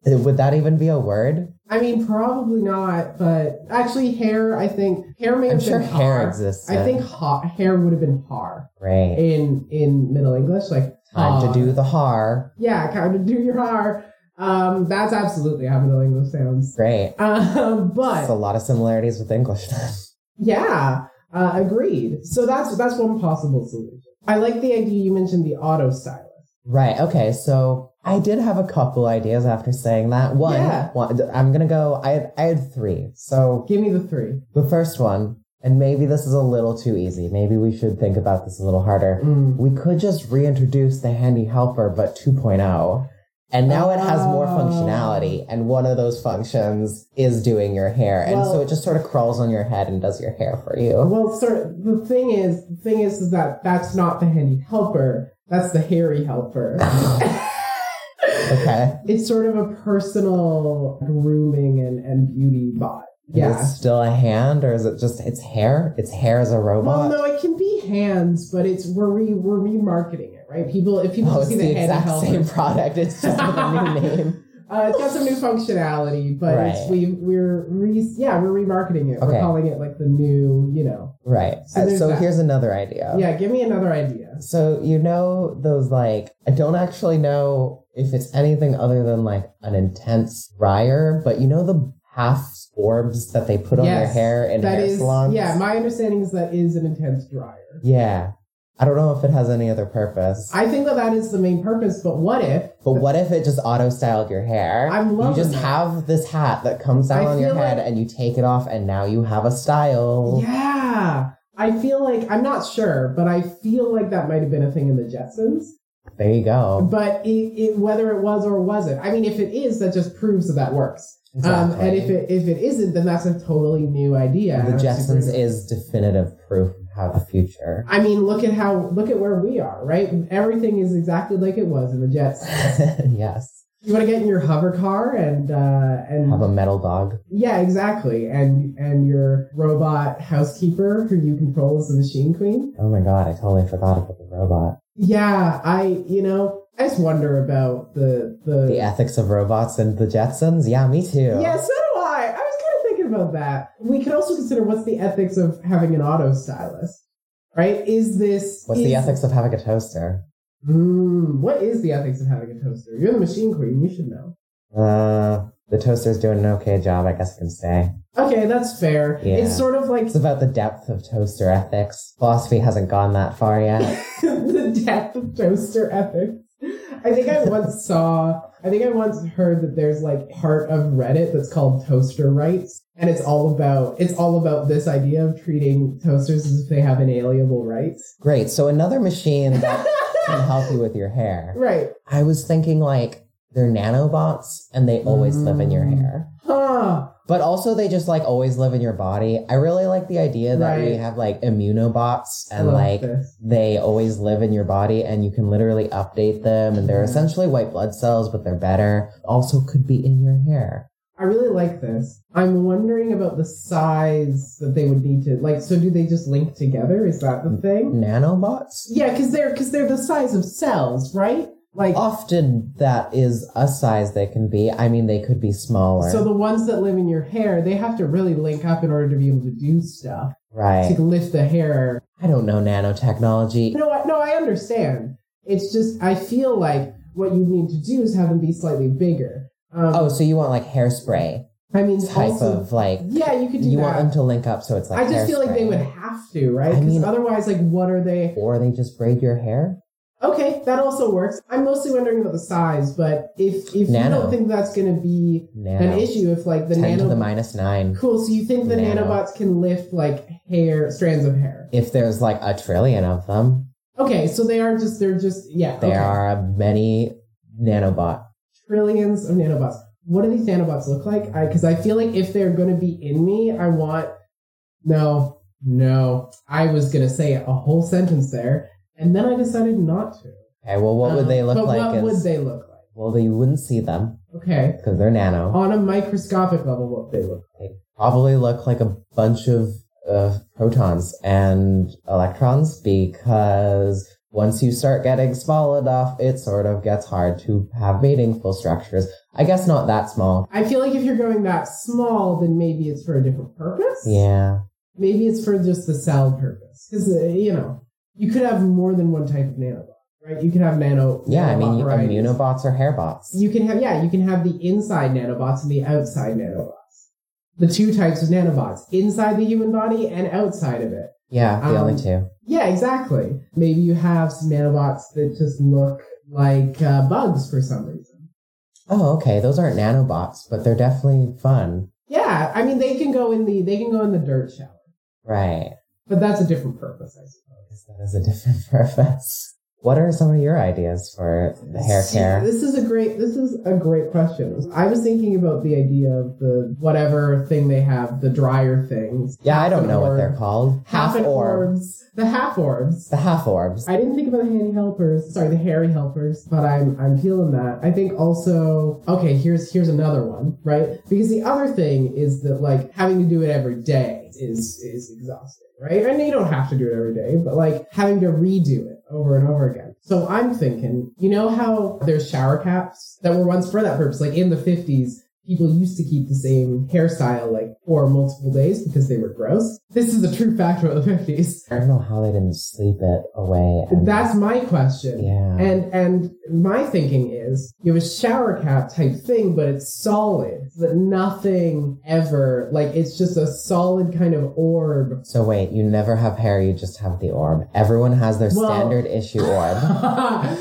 A: would that even be a word?
B: I mean, probably not, but actually, hair. I think hair may
A: I'm
B: have
A: sure
B: been
A: hair
B: har.
A: exists.
B: I think ha- hair would have been har
A: great.
B: in in Middle English, like
A: Time
B: har.
A: to do the har.
B: Yeah, time to do your har. Um, that's absolutely how Middle English sounds.
A: Great.
B: Um,
A: It's
B: but
A: a lot of similarities with English.
B: Yeah, uh, agreed. So that's that's one possible solution. I like the idea you mentioned the auto stylist.
A: *laughs* right. Okay. So I did have a couple ideas after saying that. One.
B: Yeah.
A: one I'm gonna go. I had, I had three. So
B: Give me the three.
A: the first one, and maybe this is a little too easy. Maybe we should think about this a little harder.
B: Mm.
A: We could just reintroduce the handy helper, but 2.0. And now it has more
B: Oh.
A: functionality, and one of those functions is doing your hair. And so
B: Well-
A: it just sort of crawls on your head and does your hair for you.
B: Well, sir, the thing is, the thing is, is that that's not the handy helper. That's the
A: *laughs*
B: hairy helper.
A: Okay.
B: it's sort of a personal grooming and, and beauty bot.
A: Is
B: Yeah.
A: it still a hand, or is it just its hair? Its hair as a
B: Well,
A: robot?
B: no, it can be hands, but it's we're re, we're remarketing it, right? People, if people
A: Oh, it's
B: see
A: the,
B: the, handy
A: exact
B: helper,
A: same product. It's just with a new name.
B: *laughs* Uh, it's got some new functionality, but it's,
A: Right.
B: we we're re- yeah we're remarketing it.
A: Okay.
B: We're calling it like the new you know.
A: Right.
B: So
A: Uh, So,
B: there's that.
A: here's another idea.
B: Yeah, give me another idea.
A: So you know those like I don't actually know if it's anything other than like an intense dryer, but you know the half orbs that they put on their
B: Yes,
A: hair in
B: That
A: hair
B: is
A: salons.
B: yeah. My understanding is that is an intense dryer.
A: yeah. I don't know if it has any other purpose.
B: I think that that is the main purpose. But what if?
A: but what if it just auto styled your hair?
B: I'm
A: You
B: loving
A: just
B: that.
A: have this hat that comes down
B: I
A: on your
B: feel
A: head
B: like-
A: and you take it off and now you have a style.
B: Yeah, I feel like I'm not sure, but I feel like that might have been a thing in the Jetsons.
A: There you go.
B: But it, it, whether it was or wasn't, I mean, if it is, that just proves that that works. Um,
A: Exactly.
B: and if it if it isn't, then that's a totally new idea.
A: the
B: I'm super
A: Jetsons is definitive proof of how the future.
B: I mean, look at how look at where we are, right? Everything is exactly like it was in the Jets.
A: *laughs* yes.
B: You want to get in your hover car and uh, and
A: Have a metal dog.
B: yeah, exactly, and and your robot housekeeper who you control as the machine queen.
A: Oh my god, I totally forgot about the robot.
B: Yeah, I you know I just wonder about the the,
A: The ethics of robots and the Jetsons? Yeah, me too.
B: yeah. So do I. I was kind of thinking about that. We could also consider what's the ethics of having an auto stylist, right? Is this
A: What's
B: is-
A: the ethics of having a toaster?
B: Mm, what is the ethics of having a toaster? You're the machine queen. You should know.
A: Uh, the toaster's doing an okay job, I guess I can say.
B: Okay, that's fair.
A: Yeah.
B: It's sort of like
A: It's about the depth of toaster ethics. Philosophy hasn't gone that far
B: *laughs*
A: yet.
B: the death of toaster ethics. I think I once saw, I think I once heard that there's like part of Reddit that's called toaster rights, and it's all about it's all about this idea of treating toasters as if they have inalienable rights.
A: Great, so another machine that can help you with your hair.
B: right?
A: I was thinking like they're nanobots and they always live in your
B: Mm.
A: hair.
B: Huh?
A: But also they just like always live in your body. I really like the idea that we
B: Right. Oh,
A: have like immunobots
B: I
A: and
B: love
A: like
B: this.
A: they always live in your body and you can literally update them and they're
B: Mhm.
A: essentially white blood cells but they're better also could be in your hair
B: I really like this. I'm wondering about the size that they would need to like. So do they just link together? Is that the thing?
A: nanobots
B: Yeah, because they're because they're the size of cells, right? Like
A: often that is a size they can be i mean they could be smaller
B: so the ones that live in your hair, they have to really link up in order to be able to do stuff.
A: right
B: To lift the hair.
A: i don't know nanotechnology
B: No, I, no, I understand. It's just I feel like what you need to do is have them be slightly bigger. Um,
A: oh so you want like hairspray
B: I mean,
A: Oh, type
B: also,
A: of like
B: yeah, you could do
A: you
B: that.
A: want them to link up so it's like
B: I just feel like they
A: hairspray.
B: would have to, right?
A: I
B: Because
A: mean-
B: otherwise, like, what are they?
A: or they just braid your hair.
B: Okay, that also works. I'm mostly wondering about the size, but if if you
A: Nano.
B: don't think that's going to be
A: Nano.
B: an issue, if like the
A: Ten to the
B: nano,
A: minus nine.
B: cool. So you think the
A: Nano.
B: nanobots can lift like hair strands of hair?
A: If there's like a trillion of them,
B: Okay, so they are just they're just yeah
A: there
B: okay.
A: are many nanobot.
B: trillions of nanobots. What do these nanobots look like? Because I, feel like if they're going to be in me, I want. No, no. I was going to say a whole sentence there, and then I decided not to.
A: Okay, well, what would
B: Um,
A: they look
B: but
A: like?
B: What
A: is-
B: would they look like?
A: well, you wouldn't see them
B: Okay.
A: because they're nano.
B: On a microscopic level, what they look like.
A: Probably look like a bunch of uh, protons and electrons because once you start getting small enough, it sort of gets hard to have meaningful structures. I guess not that small.
B: I feel like if you're going that small, then maybe it's for a different purpose.
A: Yeah.
B: Maybe it's for just the cell purpose. Because, uh, you know, you could have more than one type of nanobot, right? You could have nano.
A: Yeah, I mean,
B: nanobot
A: you-
B: varieties.
A: immunobots or hairbots.
B: You can have, yeah, you can have the inside nanobots and the outside nanobots. The two types of nanobots, inside the human body and outside of it.
A: Yeah, the
B: Um,
A: only two.
B: Yeah, exactly. Maybe you have some nanobots that just look like uh, bugs for some reason.
A: Oh, okay. Those aren't nanobots, but they're definitely fun.
B: Yeah, I mean they can go in the they can go in the dirt shower,
A: Right.
B: but that's a different purpose, I suppose.
A: Because that is a different *laughs* purpose. What are some of your ideas for the hair care?
B: This is a great this is a great question. I was thinking about the idea of the whatever thing they have, the dryer things.
A: Yeah, I don't know what
B: Orb.
A: they're called.
B: Half an
A: orb.
B: orbs. The half orbs.
A: The half orbs.
B: I didn't think about the handy helpers. Sorry, the hairy helpers, but I'm I'm feeling that. I think also okay, here's here's another one, right? Because the other thing is that like having to do it every day is is exhausting, right? And you don't have to do it every day, but like having to redo it over and over again. So I'm thinking, you know how there's shower caps that were once for that purpose, like in the 50s people used to keep the same hairstyle like for multiple days because they were gross. This is a true fact about the 50s.
A: I don't know how they didn't sleep it away. and-
B: That's my question.
A: yeah.
B: And and my thinking is you have a shower cap type thing, but it's solid. so That nothing ever like it's just a solid kind of orb. *laughs*
A: so wait, you never have hair, you just have the orb. Everyone has their
B: Well-
A: standard issue
B: *laughs*
A: orb.
B: I was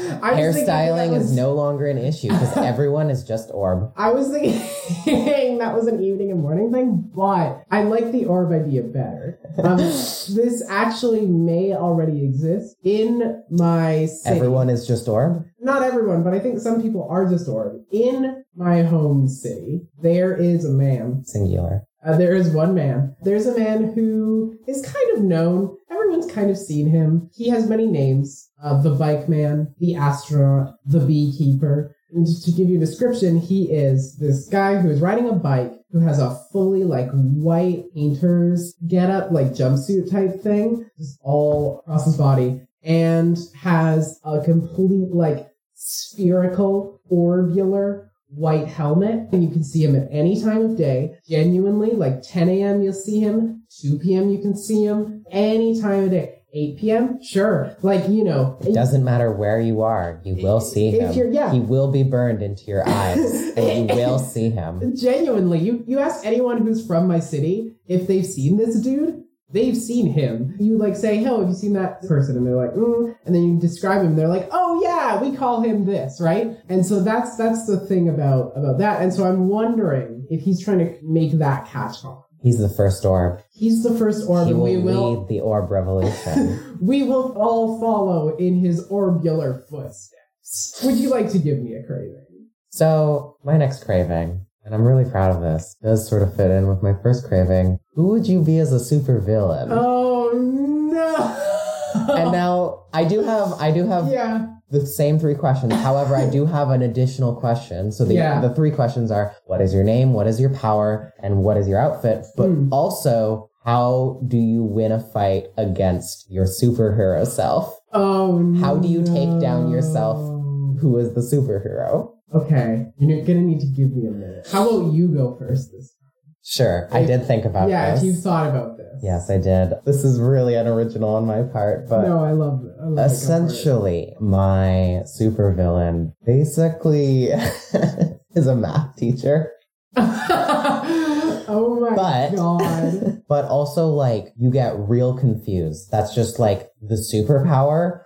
B: thinking that
A: Hairstyling
B: was-
A: is no longer an issue
B: *laughs*
A: because everyone is just orb.
B: I was thinking *laughs* that was an evening and morning thing, but I like the orb idea better.
A: *laughs*
B: Um, this actually may already exist in my city.
A: Everyone is just orb.
B: not everyone, but I think some people are just orb. In my home city, there is a man.
A: Singular.
B: Uh, there is one man. There's a man who is kind of known. Everyone's kind of seen him. He has many names: uh, the bike man, the astronaut, the beekeeper. And just to give you a description, he is this guy who is riding a bike who has a fully like white painter's get up, like jumpsuit type thing, just all across his body, and has a complete like spherical, orbular white helmet. And you can see him at any time of day. Genuinely, like 10 a.m., you'll see him. 2 p.m., you can see him. Any time of day. 8 p.m., sure. Like, you know,
A: It doesn't matter where you are, you will see
B: If
A: him.
B: you're- yeah.
A: He will be burned into your eyes, and
B: *laughs*
A: you *laughs* will see him.
B: genuinely, you, you ask anyone who's from my city if they've seen this dude. They've seen him. You like say, "Hey, have you seen that person?" And they're like, mm. and then you describe him. They're like, "Oh yeah, we call him this, right?" And so that's that's the thing about about that. And so I'm wondering if he's trying to make that catch on.
A: He's the first orb.
B: He's the first orb,
A: he
B: and
A: will,
B: we will
A: lead the orb revolution. *laughs*
B: we will all follow in his orbular footsteps. Would you like to give me a craving?
A: so my next craving, and I'm really proud of this, does sort of fit in with my first craving. Who would you be as a supervillain?
B: Oh no!
A: and now I do have I do have
B: *laughs* yeah,
A: the same three questions. However, I do have an additional question. So the,
B: Yeah.
A: the three questions are what is your name, what is your power, and what is your outfit? But
B: Hmm.
A: also, how do you win a fight against your superhero self?
B: Oh,
A: How do you take down yourself?
B: no.
A: Who is the superhero?
B: Okay, you're gonna need to give me a minute. How about you go first this?
A: Sure, I did think about
B: yeah,
A: this.
B: if you thought about this.
A: Yes, I did. This is really unoriginal on my part, but
B: no, I love it. I love it. Go for it. *laughs*
A: essentially, my *laughs* supervillain basically is a math teacher.
B: Oh my
A: But- *laughs*
B: god.
A: But also, like, you get real confused. That's just like the superpower.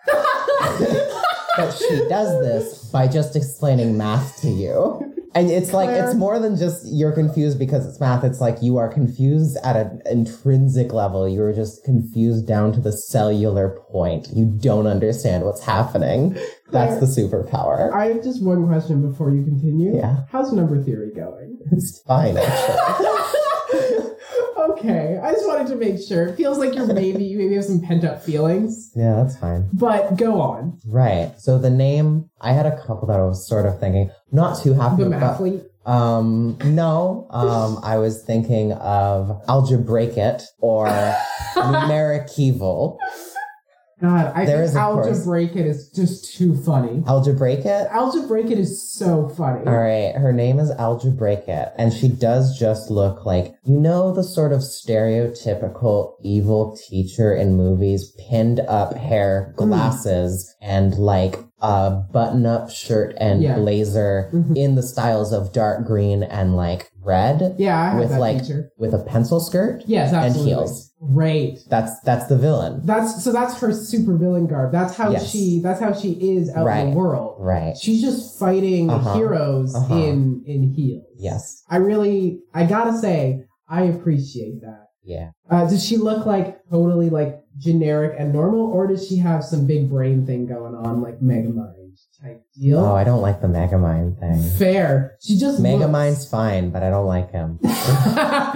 A: but she does this by just explaining math to you. And it's like,
B: Claire.
A: it's more than just you're confused because it's math. It's like you are confused at an intrinsic level. You're just confused down to the cellular point. You don't understand what's happening. That's the superpower.
B: I have just one question before you continue.
A: Yeah.
B: How's number theory going? *laughs*
A: It's fine, actually.
B: okay, I just wanted to make sure. It feels like you're maybe you maybe have some pent up feelings,
A: Yeah, that's fine.
B: but go on.
A: Right. So the name, I had a couple that I was sort of thinking, not too happy
B: The
A: about.
B: mathlete.
A: Um, no, um, I was thinking of algebraic it or numeric evil.
B: God, I
A: There
B: think
A: is, of course.
B: algebraic it is just too funny.
A: Algebraic it.
B: Algebraic it is so funny.
A: All right. Her name is algebraic it, and she does just look like you know the sort of stereotypical evil teacher in movies, pinned up hair,
B: Mm.
A: glasses, and like a button-up shirt and
B: Yeah.
A: blazer.
B: Mhm.
A: in the styles of dark green and like red
B: Yeah, I have
A: With,
B: that
A: like-
B: feature.
A: with a pencil skirt.
B: Yes, absolutely.
A: heels.
B: Great.
A: That's that's the villain.
B: That's so that's her super villain garb. That's how
A: Yes.
B: she that's how she is out in
A: Right.
B: the world.
A: Right.
B: She's just fighting
A: Uh-huh.
B: heroes
A: Uh-huh.
B: in in heels.
A: Yes.
B: I really I gotta say, I appreciate that.
A: Yeah.
B: Uh, does she look like totally like generic and normal, or does she have some big brain thing going on, like Megamind type deal?
A: Oh, I don't like the Megamind thing.
B: Fair. She just
A: Megamind's fine, but I don't like him.
B: Looks, *laughs*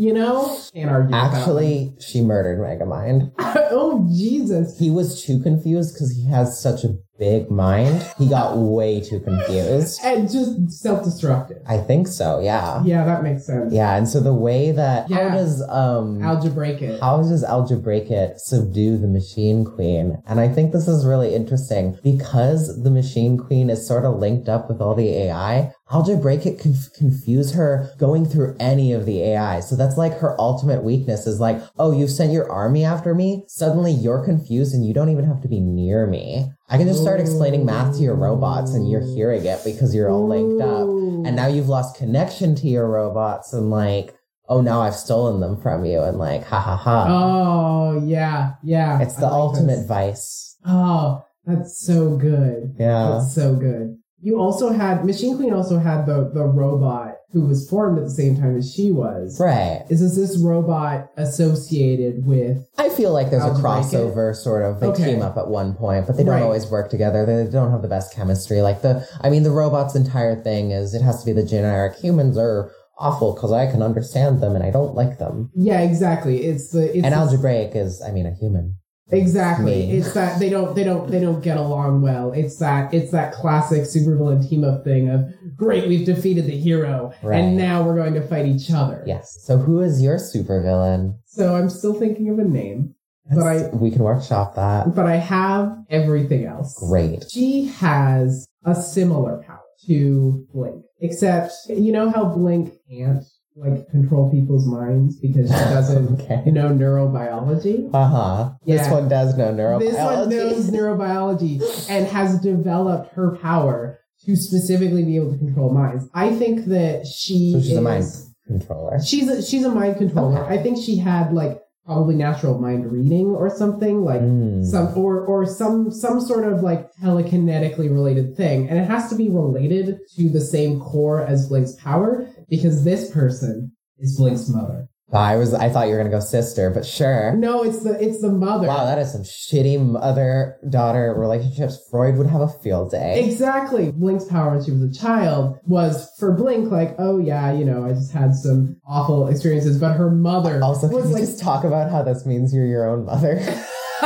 B: you know, can't argue. with that
A: Actually, she murdered Megamind.
B: one. *laughs* oh Jesus.
A: He was too confused because he has such a big mind. He got way too
B: *laughs*
A: confused.
B: And just self-destructive.
A: I think so. Yeah.
B: Yeah, that makes sense.
A: Yeah. And so the way that
B: Yeah.
A: how does um
B: Algebraic it.
A: How does algebraic it subdue the machine queen? And I think this is really interesting because the machine queen is sort of linked up with all the AI. Algebraic it can confuse her going through any of the AI. So that's like her ultimate weakness is like, oh, you've sent your army after me. Suddenly you're confused and you don't even have to be near me. I can just start explaining math to your robots and you're hearing it because you're all linked up
B: Ooh.
A: and now you've lost connection to your robots and like oh now i've stolen them from you and like ha ha ha
B: Oh yeah, yeah.
A: it's
B: I
A: the
B: like
A: ultimate
B: this.
A: vice
B: Oh, that's so good.
A: yeah
B: That's so good. You also had Machine Queen also had the the robot who was formed at the same time as she was.
A: right
B: Is this this robot associated with
A: i feel like there's a
B: Algebraic it.
A: crossover sort of they
B: Okay.
A: team up at one point but they don't
B: Right.
A: always work together they don't have the best chemistry like the i mean the robot's entire thing is it has to be the generic humans are awful because i can understand them and i don't like them
B: Yeah, exactly. It's the it's
A: and
B: the-
A: algebraic is i mean a human
B: Exactly.
A: Me.
B: It's that they don't they don't they don't get along well. It's that it's that classic supervillain team up thing of great, we've defeated the hero
A: Right.
B: and now we're going to fight each other.
A: yes so who is your supervillain
B: So I'm still thinking of a name, But I-
A: we can workshop that
B: but I have everything else.
A: great
B: She has a similar power to Blink, except you know how Blink can't like control people's minds
A: *laughs*
B: because she doesn't
A: okay
B: know neurobiology.
A: Uh huh. This
B: Yeah.
A: one does know neurobiology.
B: This one knows neurobiology and has developed her power to specifically be able to control minds. I think that she
A: So she's
B: is,
A: a mind controller.
B: She's a, she's a mind controller. I think she had like probably natural mind reading or something like
A: Mm.
B: some or or some some sort of like telekinetically related thing and it has to be related to the same core as blink's power because this person is blink's mother
A: I was. I thought you were gonna go sister, but sure.
B: no it's the it's the mother
A: Wow, that is some shitty mother daughter relationships. Freud would have a field day.
B: Exactly. Blink's power when she was a child was for Blink, like, oh yeah, you know, I just had some awful experiences. But her mother
A: Also, can
B: was
A: you
B: like,
A: just talk about how this means you're your own mother?
B: *laughs*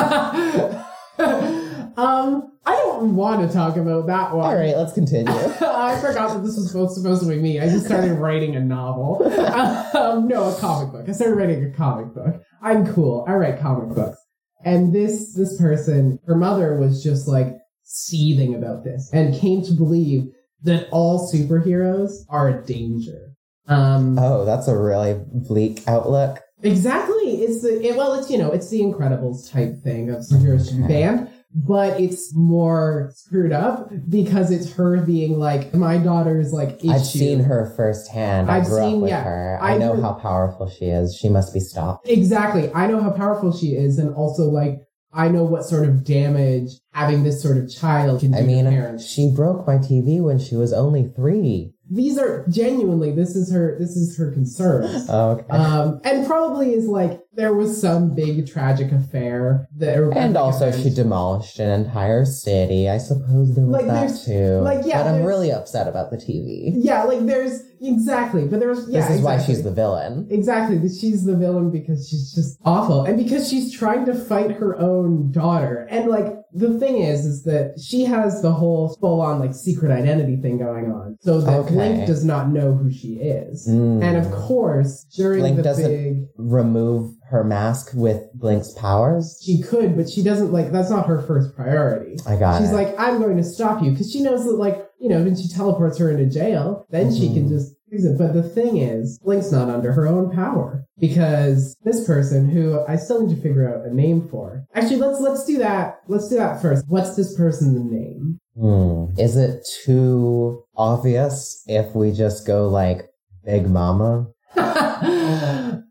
B: um, I don't want to talk about that one.
A: All right, let's continue.
B: *laughs* I forgot that this was both supposed to be me. I
A: *laughs*
B: just started writing a novel. Um, no, a comic book. I started writing a comic book. I'm cool. I write comic books. And this this person, her mother was just like seething about this and came to believe that all superheroes are a danger. Um,
A: Oh, that's a really bleak outlook.
B: Exactly. It's the it, well, it's you know, it's the Incredibles type thing of superheroes should be
A: Okay.
B: banned. but it's more screwed up because it's her being like, my daughter's like issue.
A: I've seen her firsthand. i
B: I've
A: grew
B: seen-
A: up with
B: yeah.
A: her. I
B: I've
A: know
B: heard-
A: how powerful she is. She must be stopped.
B: Exactly. I know how powerful she is, and also like I know what sort of damage having this sort of child can do
A: I
B: to
A: mean,
B: parents.
A: she broke my TV when she was only three.
B: These are genuinely this is her this is her
A: *laughs*
B: concerns.
A: Okay.
B: Um, and probably is like there was some big tragic affair that
A: and also, she
B: did
A: demolished an entire city. I suppose there was
B: Like,
A: that
B: there's-
A: too.
B: like, yeah,
A: but I'm
B: there's-
A: really upset about the TV.
B: yeah like there's exactly but there was yeah
A: this is why
B: exactly.
A: she's the villain.
B: Exactly. that She's the villain because she's just awful. And because she's trying to fight her own daughter. And like the thing is, is that she has the whole full on like secret identity thing going on. So that
A: Okay.
B: Blink does not know who she is.
A: Mm.
B: And of course, during
A: Blink
B: the
A: doesn't-
B: big
A: remove her mask with Blink's powers.
B: she could, but she doesn't like that's not her first priority.
A: I got
B: She's
A: it.
B: like, I'm going to stop you because she knows that, like, you know, when she teleports her into jail, then she can
A: Mhm.
B: just use it. But the thing is, Blink's not under her own power because this person, who I still need to figure out a name for. Actually, let's let's do that. Let's do that first. What's this person's name? *laughs*
A: Hmm. Is it too obvious if we just go like Big Mama?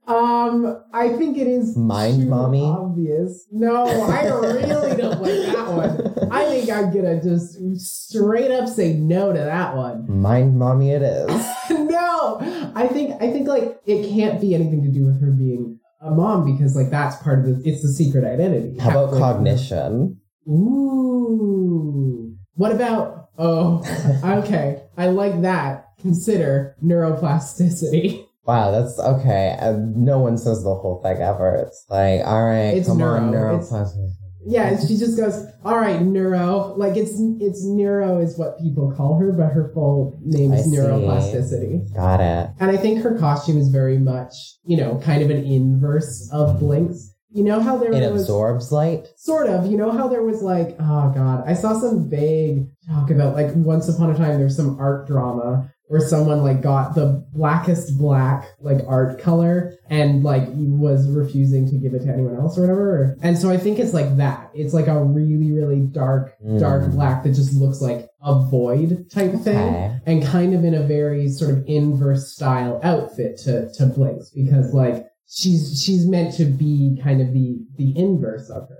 B: um, I think it is
A: Mind
B: too
A: mommy?
B: Obvious. No, Oh, I really don't like
A: *laughs*
B: that one. I think I'm gonna just straight up say no to that one.
A: Mind Mommy it is.
B: *laughs* no, I think I think like it can't be anything to do with her being a mom because like that's part of the it's the secret identity.
A: How about
B: Like,
A: cognition?
B: Ooh, what about oh? *laughs* Okay, I like that. Consider neuroplasticity. *laughs*
A: Wow, that's okay. Uh, no one says the whole thing ever. It's like, all right,
B: It's
A: come on,
B: neuro. It's-
A: neuroplasticity.
B: Yeah, and she just goes, all right, neuro. Like it's it's neuro is what people call her, but her full name
A: I
B: is
A: see.
B: neuroplasticity.
A: Got it.
B: And I think her costume is very much, you know, kind of an inverse of Blink's. You know how there
A: It
B: was
A: absorbs light.
B: sort of, you know how there was like, oh god, I saw some vague talk about like once upon a time there was some art drama where someone like got the blackest black like art color and like was refusing to give it to anyone else or whatever. And so I think it's like that. It's like a really really dark dark
A: Mm.
B: black that just looks like a void type thing
A: Okay.
B: and kind of in a very sort of inverse style outfit to to Blake's because like she's she's meant to be kind of the the inverse of her.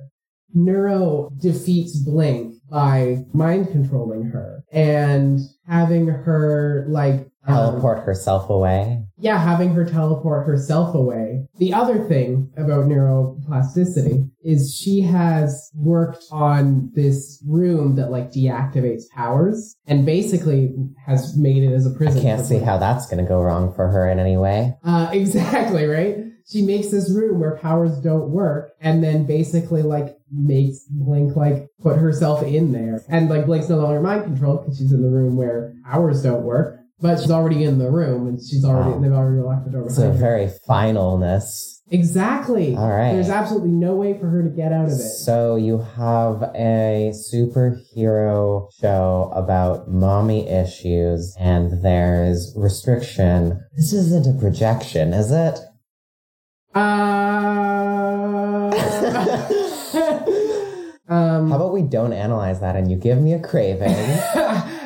B: Neuro defeats Blink by mind controlling her and having her like um,
A: Teleport herself away.
B: yeah, having her teleport herself away. The other thing about neuroplasticity is she has worked on this room that like deactivates powers and basically has made it as a
A: I
B: prison.
A: can't
B: for
A: see
B: people.
A: how that's going to go wrong for her in any way.
B: Uh, *laughs* exactly, right? She makes this room where powers don't work and then basically like makes Blink like put herself in there. And like Blink's no longer mind controlled because she's in the room where powers don't work. But she's already in the room and she's already,
A: Wow.
B: they've already locked the door
A: It's a
B: behind her.
A: very finalness.
B: Exactly.
A: All right.
B: There's absolutely no way for her to get out of it.
A: So you have a superhero show about mommy issues and there's restriction. This isn't a projection, is it? *laughs*
B: Uh, *laughs* um,
A: How about we don't analyze that and you give me a craving?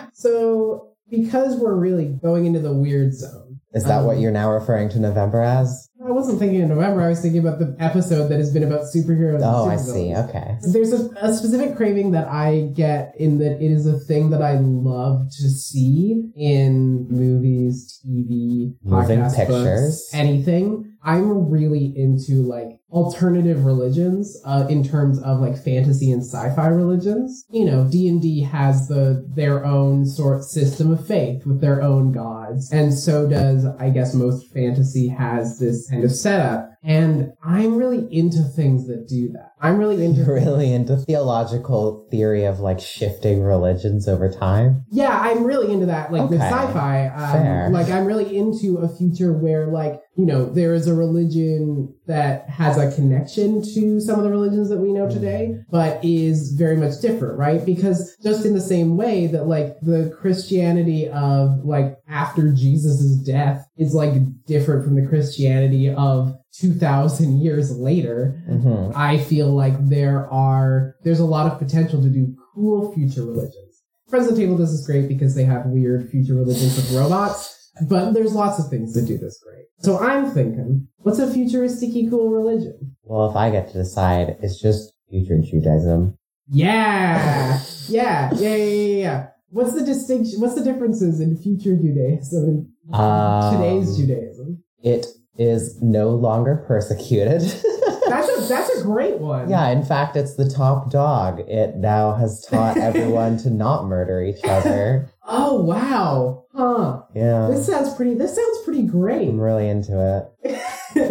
B: *laughs* so, because we're really going into the weird zone,
A: Is that what
B: Um,
A: you're now referring to November as?
B: I wasn't thinking of November. I was thinking about the episode that has been about superheroes. and
A: Oh, I
B: supervillains.
A: see. Okay. *laughs*
B: There's a, a specific craving that I get in that it is a thing that I love to see in movies, TV,
A: Moving
B: podcast
A: pictures.
B: books, anything. I'm really into like alternative religions uh, in terms of like fantasy and sci-fi religions. You know, D and D has the their own sort system of faith with their own gods, and so does I guess most fantasy has this kind of setup. And I'm really into things that do that. I'm really into
A: You're really into theological theory of like shifting religions over time.
B: Yeah, I'm really into that. Like with
A: Okay.
B: sci-fi, um,
A: Fair.
B: like I'm really into a future where, like, you know, there is a religion that has a connection to some of the religions that we
A: Mm.
B: know today, but is very much different, right? Because just in the same way that, like, the Christianity of like after Jesus's death is like different from the Christianity of 2000 years later
A: hmm
B: i feel like there are there's a lot of potential to do cool future religions friends of the table does this great because they have weird future religions with robots but there's lots of things that do this great so i'm thinking what's a futuristic cool religion
A: Well, if I get to decide, it's just future Judaism.
B: yeah yeah yeah yeah yeah, yeah. what's the distinction what's the differences in future judaism and
A: Um,
B: today's judaism
A: It is no longer persecuted. *laughs*
B: that's a that's a great one
A: yeah, in fact, it's the top dog. It now has taught everyone to not murder each other.
B: oh wow huh
A: Yeah,
B: This sounds pretty. This sounds pretty great.
A: I'm really into it.
B: *laughs*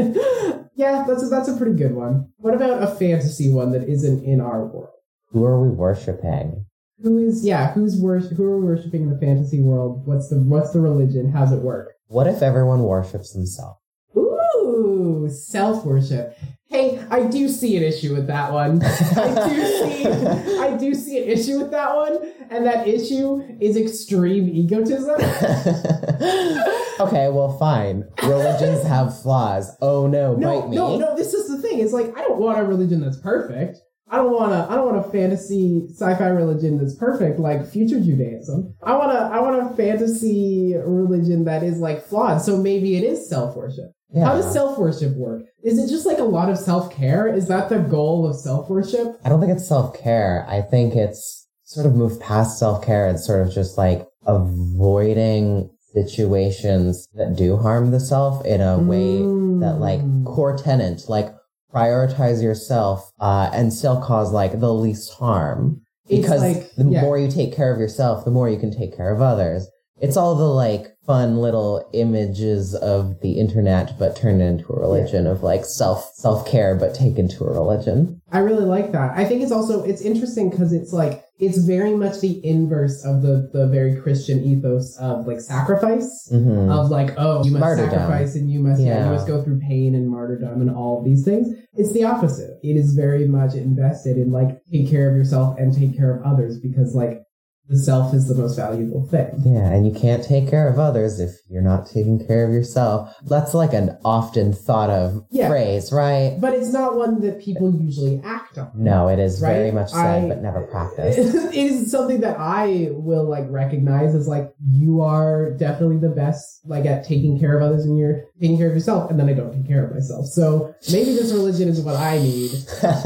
B: yeah, that's a, that's a pretty good one. What about a fantasy one that isn't in our world?
A: Who are we worshiping?
B: Who is yeah? Who's worship? Who are we worshiping in the fantasy world? What's the what's the religion? How's it work?
A: What if everyone worships themselves?
B: Ooh, self worship. Hey, I do see an issue with that one. I do see *laughs* I do see an issue with that one, and that issue is extreme egotism.
A: *laughs* okay, well, fine. Religions have flaws. Oh no,
B: no,
A: bite me.
B: No, no, this is the thing. It's like I don't want a religion that's perfect. I don't want a I don't want a fantasy sci-fi religion that's perfect like future Judaism. I want a I want a fantasy religion that is like flawed. So maybe it is self-worship.
A: Yeah.
B: How does self-worship work? Is it just like a lot of self-care? Is that the goal of self-worship?
A: I don't think it's self care. I think it's sort of moved past self care and sort of just like avoiding situations that do harm the self in a
B: Mm.
A: way
B: Hmm.
A: that like core tenant, like prioritize yourself uh, and still cause like the least harm.
B: It's
A: Because
B: like-
A: the
B: yeah.
A: more you take care of yourself, the more you can take care of others. It's all the like fun little images of the internet, but turned into a religion of like self self care, but taken to a religion.
B: I really like that. I think it's also it's interesting because it's like it's very much the inverse of the the very Christian ethos of like sacrifice.
A: hmm
B: of like, oh, you must
A: Martyrdom.
B: sacrifice and you must
A: Yeah.
B: you must go through pain and martyrdom and all of these things. It's the opposite. It is very much invested in like take care of yourself and take care of others because like the self is the most valuable thing.
A: Yeah, and you can't take care of others if you're not taking care of yourself. That's like an often thought of
B: Yeah.
A: phrase, right?
B: But it's not one that people usually act on.
A: No, it is very
B: Right?
A: much said,
B: I-
A: but never practiced. *laughs*
B: *laughs* it is something that I will like recognize as like you are definitely the best like at taking care of others and you're taking care of yourself and then I don't take care of myself. So maybe this religion is what I need.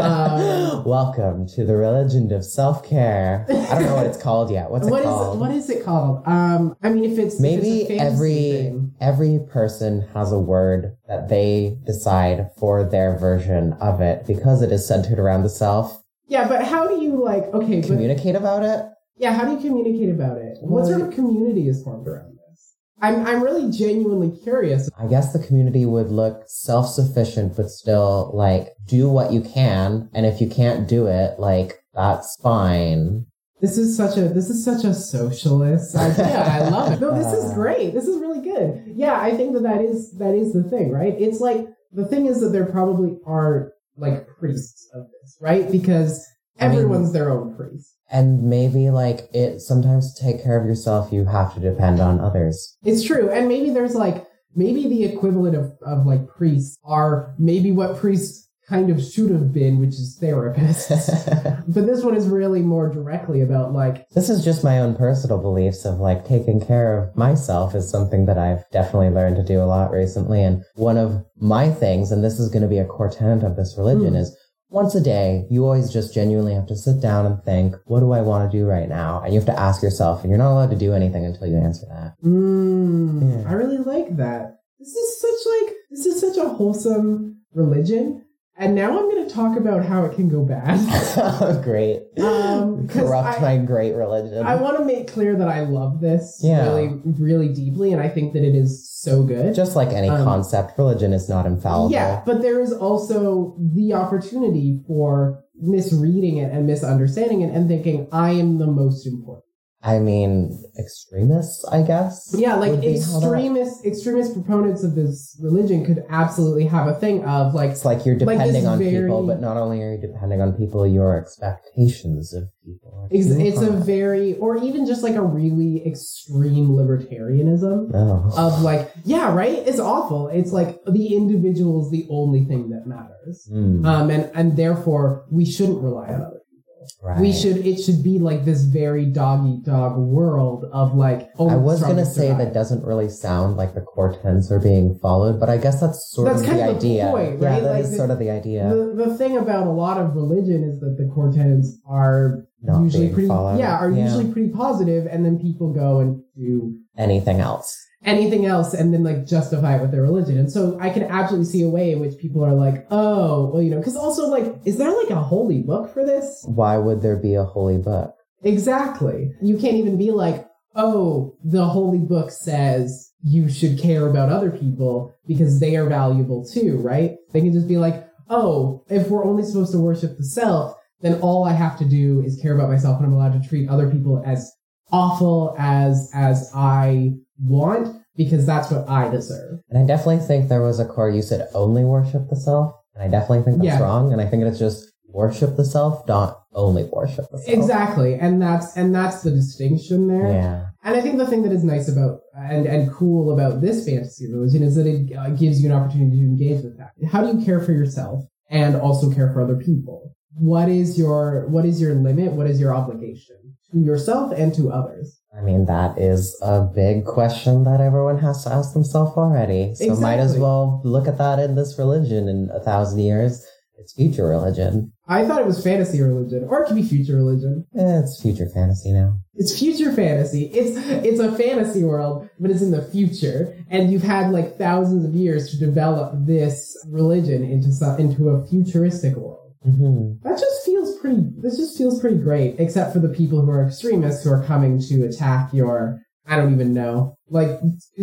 B: Um,
A: Welcome to the religion of self care. I don't know what it's called yet. What's
B: What
A: it
B: is
A: called?
B: what is it called? Um, I mean, if it's if
A: Maybe
B: it's a fantasy
A: every
B: thing.
A: every person has a word that they decide for their version of it because it is centered around the self.
B: yeah, but how do you like okay? But,
A: Communicate about it.
B: yeah, how do you communicate about it? What
A: Well,
B: sort of community is formed around this? I'm I'm really genuinely curious.
A: I guess the community would look self sufficient, but still like do what you can. And if you can't do it, like that's fine.
B: This is such a this is such a
A: *laughs*
B: socialist idea. I love it. No, this is great. This is really good. Yeah, I think that that is that is the thing, right? It's like the thing is that there probably aren't like priests of this, right? Because
A: I mean-
B: everyone's their own priest.
A: And maybe like it sometimes to take care of yourself, you have to depend on others. *laughs*
B: It's true. And maybe there's like maybe the equivalent of, of like priests are maybe what priests kind of should have been, which is
A: *laughs*
B: therapists.
A: this
B: but this one is really more directly about like
A: is just my own personal beliefs of like taking care of myself is something that I've definitely learned to do a lot recently. And one of my things, and this is going to be a core tenet of this religion,
B: Hmm.
A: is once a day, you always just genuinely have to sit down and think, what do I want to do right now? And you have to ask yourself, and you're not allowed to do anything until you answer that. *laughs*
B: mm,
A: Yeah.
B: I really like that. This is such like this is such a wholesome religion. And now I'm gonna talk about how it can go
A: *laughs*
B: bad.
A: great.
B: Um, 'cause
A: Corrupt
B: I-
A: my great religion.
B: I want to make clear that I love this
A: Yeah.
B: really, really deeply, and I think that it is so good.
A: just like any
B: Um,
A: concept, religion is not infallible.
B: Yeah, but there is also the opportunity for misreading it and misunderstanding it and thinking, I am the most important.
A: I mean, extremists, I guess.
B: Yeah,
A: would
B: like
A: be how that-
B: extremist extremist proponents of this religion could absolutely have a thing of like
A: It's like you're
B: Like this
A: depending on people,
B: very-
A: but not only are you depending on people, your expectations of people. are
B: Ex-
A: too
B: it's a
A: high.
B: very, or even just like a really extreme libertarianism
A: No.
B: of like, yeah, right? It's awful. It's like the individual's the only thing that matters.
A: Hmm,
B: Um, and, and therefore, we shouldn't rely on others.
A: right.
B: We should, it should be like this very dog eat dog world of like, oh,
A: I
B: the
A: was gonna
B: strongest
A: say
B: survive.
A: that doesn't really sound like the core tenets are being followed, but I guess that's sort
B: That's
A: of
B: kind
A: the
B: of the
A: idea.
B: point,
A: Yeah,
B: right?
A: that
B: Like
A: is
B: the-
A: sort of the idea.
B: The, the thing about a lot of religion is that the core tenets are
A: not
B: usually
A: being
B: pretty,
A: followed.
B: yeah, are usually pretty positive, and then people go and do
A: anything else.
B: anything else and then like justify it with their religion. And so I can absolutely see a way in which people are like, oh, well, you know, because also like, is there like a holy book for this?
A: Why would there be a holy book?
B: Exactly. You can't even be like, oh, the holy book says you should care about other people because they are valuable too, right? They can just be like, oh, if we're only supposed to worship the self, then all I have to do is care about myself and I'm allowed to treat other people as awful as as I want because that's what I deserve.
A: And I definitely think there was a core you said only worship the self, and I definitely think that's
B: Yeah.
A: wrong. And I think it's just worship the self, not only worship the self.
B: Exactly, and that's and that's the distinction there.
A: Yeah.
B: And I think the thing that is nice about and and cool about this fantasy religion is that it uh, gives you an opportunity to engage with that. How do you care for yourself and also care for other people? What is your what is your limit? What is your obligation to yourself and to others?
A: I mean, that is a big question that everyone has to ask themselves already. So might as
B: Exactly.
A: well look at that in this religion in a thousand years. It's future religion.
B: I thought it was fantasy religion, or it could be future religion.
A: Eh, it's future fantasy now.
B: It's future fantasy. It's it's a fantasy world, but it's in the future, and you've had like thousands of years to develop this religion into some, into a futuristic world.
A: hmm
B: That just feels pretty. This just feels pretty great, except for the people who are extremists who are coming to attack your. I don't even know, like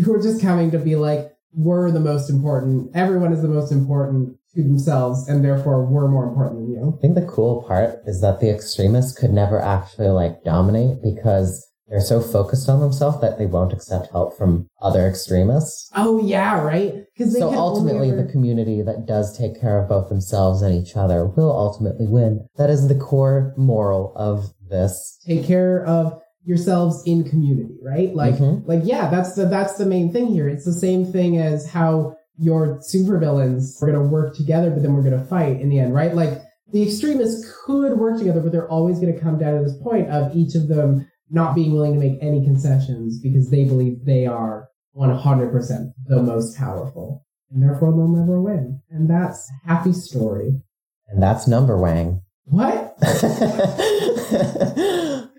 B: who are just coming to be like we're the most important. Everyone is the most important to themselves, and therefore we're more important than you.
A: I think the cool part is that the extremists could never actually like dominate because they're so focused on themselves that they won't accept help from other extremists.
B: Oh yeah, right. Because
A: So ultimately, the community that does take care of both themselves and each other will ultimately win. That is the core moral of this.
B: take care of yourselves in community, right? Like
A: Mhm.
B: like yeah, that's the that's the main thing here. It's the same thing as how your supervillains are going to work together but then we're going to fight in the end, right? Like the extremists could work together but they're always going to come down to this point of each of them not being willing to make any concessions because they believe they are 100% the most powerful and therefore they'll never win. And that's happy story.
A: And that's number
B: *laughs*
A: wang.
B: What?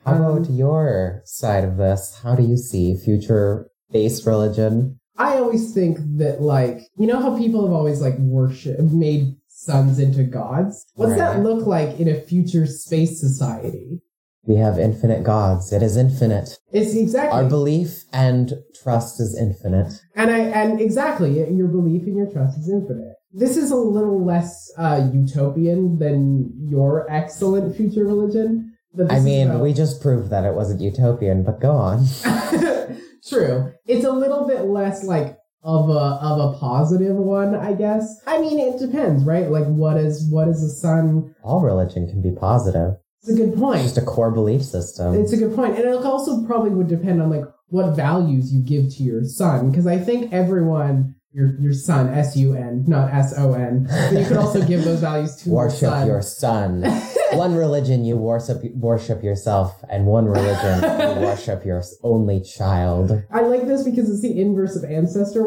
A: How about your side of this? How do you see future based religion?
B: I always think that like you know how people have always like worship made sons into gods. What's that
A: Right.
B: look like in a future space society?
A: We have infinite gods. It is infinite.
B: It's exactly
A: Our belief and trust is infinite.
B: and I and exactly your belief and your trust is infinite. This is a little less uh, utopian than your excellent future religion. but
A: I
B: this is
A: mean,
B: about-
A: we just proved that it wasn't utopian, but go on.
B: *laughs* True. It's a little bit less like of a of a positive one, I guess. I mean, it depends, right? Like, what is what is a sun?
A: All religion can be positive.
B: It's a good
A: It's
B: point.
A: just a core belief system.
B: It's a good point, and it also probably would depend on like what values you give to your son, because I think everyone your your son S U N not S O N, but you could also give those values to
A: worship
B: your son.
A: your
B: *laughs*
A: son. one religion you worship worship yourself, and one religion
B: *laughs*
A: you worship your only child.
B: I like this because it's the inverse of ancestor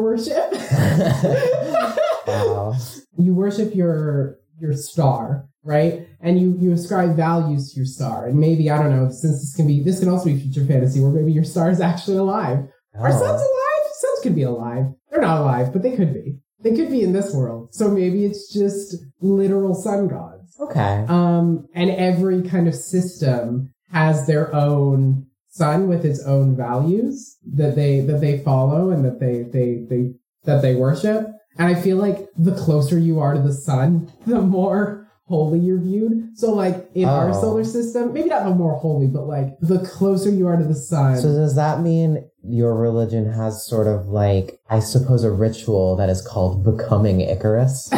A: *laughs*
B: worship.
A: wow.
B: you worship your your star, right? And you you ascribe values to your star, and maybe I don't know. Since this can be this can also be future fantasy, where maybe your star is actually alive. Are suns
A: Oh.
B: alive? Suns could be alive. They're not alive, but they could be. They could be in this world. So maybe it's just literal sun gods.
A: Oh, Okay.
B: Um, and every kind of system has their own sun with its own values that they that they follow and that they they they that they worship. And I feel like *laughs* the closer you are to the sun, the more holy you're viewed. So like in our
A: Oh.
B: solar system, maybe not the more holy, but like the closer you are to the sun.
A: So does that mean your religion has sort of like, I suppose, a ritual that is called becoming Icarus?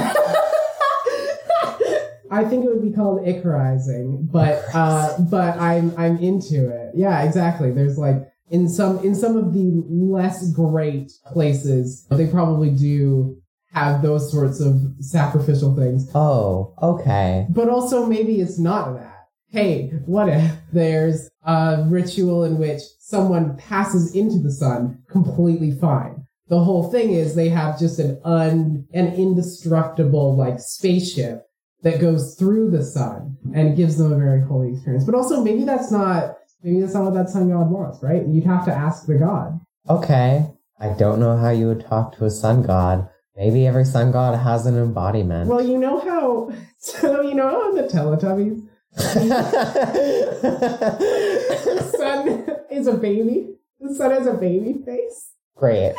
B: I think it would be called icarizing, but uh, but I'm I'm into it. Yeah, exactly. There's like in some in some of the less great places, they probably do have those sorts of sacrificial things.
A: Oh, okay.
B: But also maybe it's not that. Hey, what if there's a ritual in which someone passes into the sun completely fine? The whole thing is they have just an un an indestructible like spaceship that goes through the sun and gives them a very holy experience. But also maybe that's not maybe that's not what that sun god wants, right? You'd have to ask the god.
A: Okay. I don't know how you would talk to a sun god. Maybe every sun god has an embodiment.
B: Well, you know how *laughs* so you know how in the Teletubbies the sun *laughs* is a baby. The sun has a baby face.
A: *laughs* Great.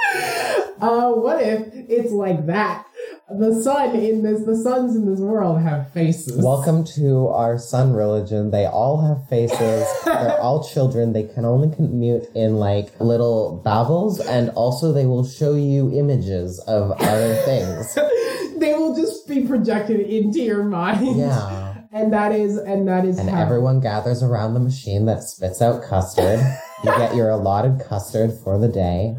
B: Uh, what if it's like that? The sun in this, the suns in this world have faces.
A: Welcome to our sun religion. They all have faces. They're all children. They can only commute in like little babbles, and also they will show you images of other things.
B: they will just be projected into your mind.
A: Yeah.
B: and that is, and that is
A: And
B: how-
A: everyone gathers around the machine that spits out custard. You get your allotted custard for the day.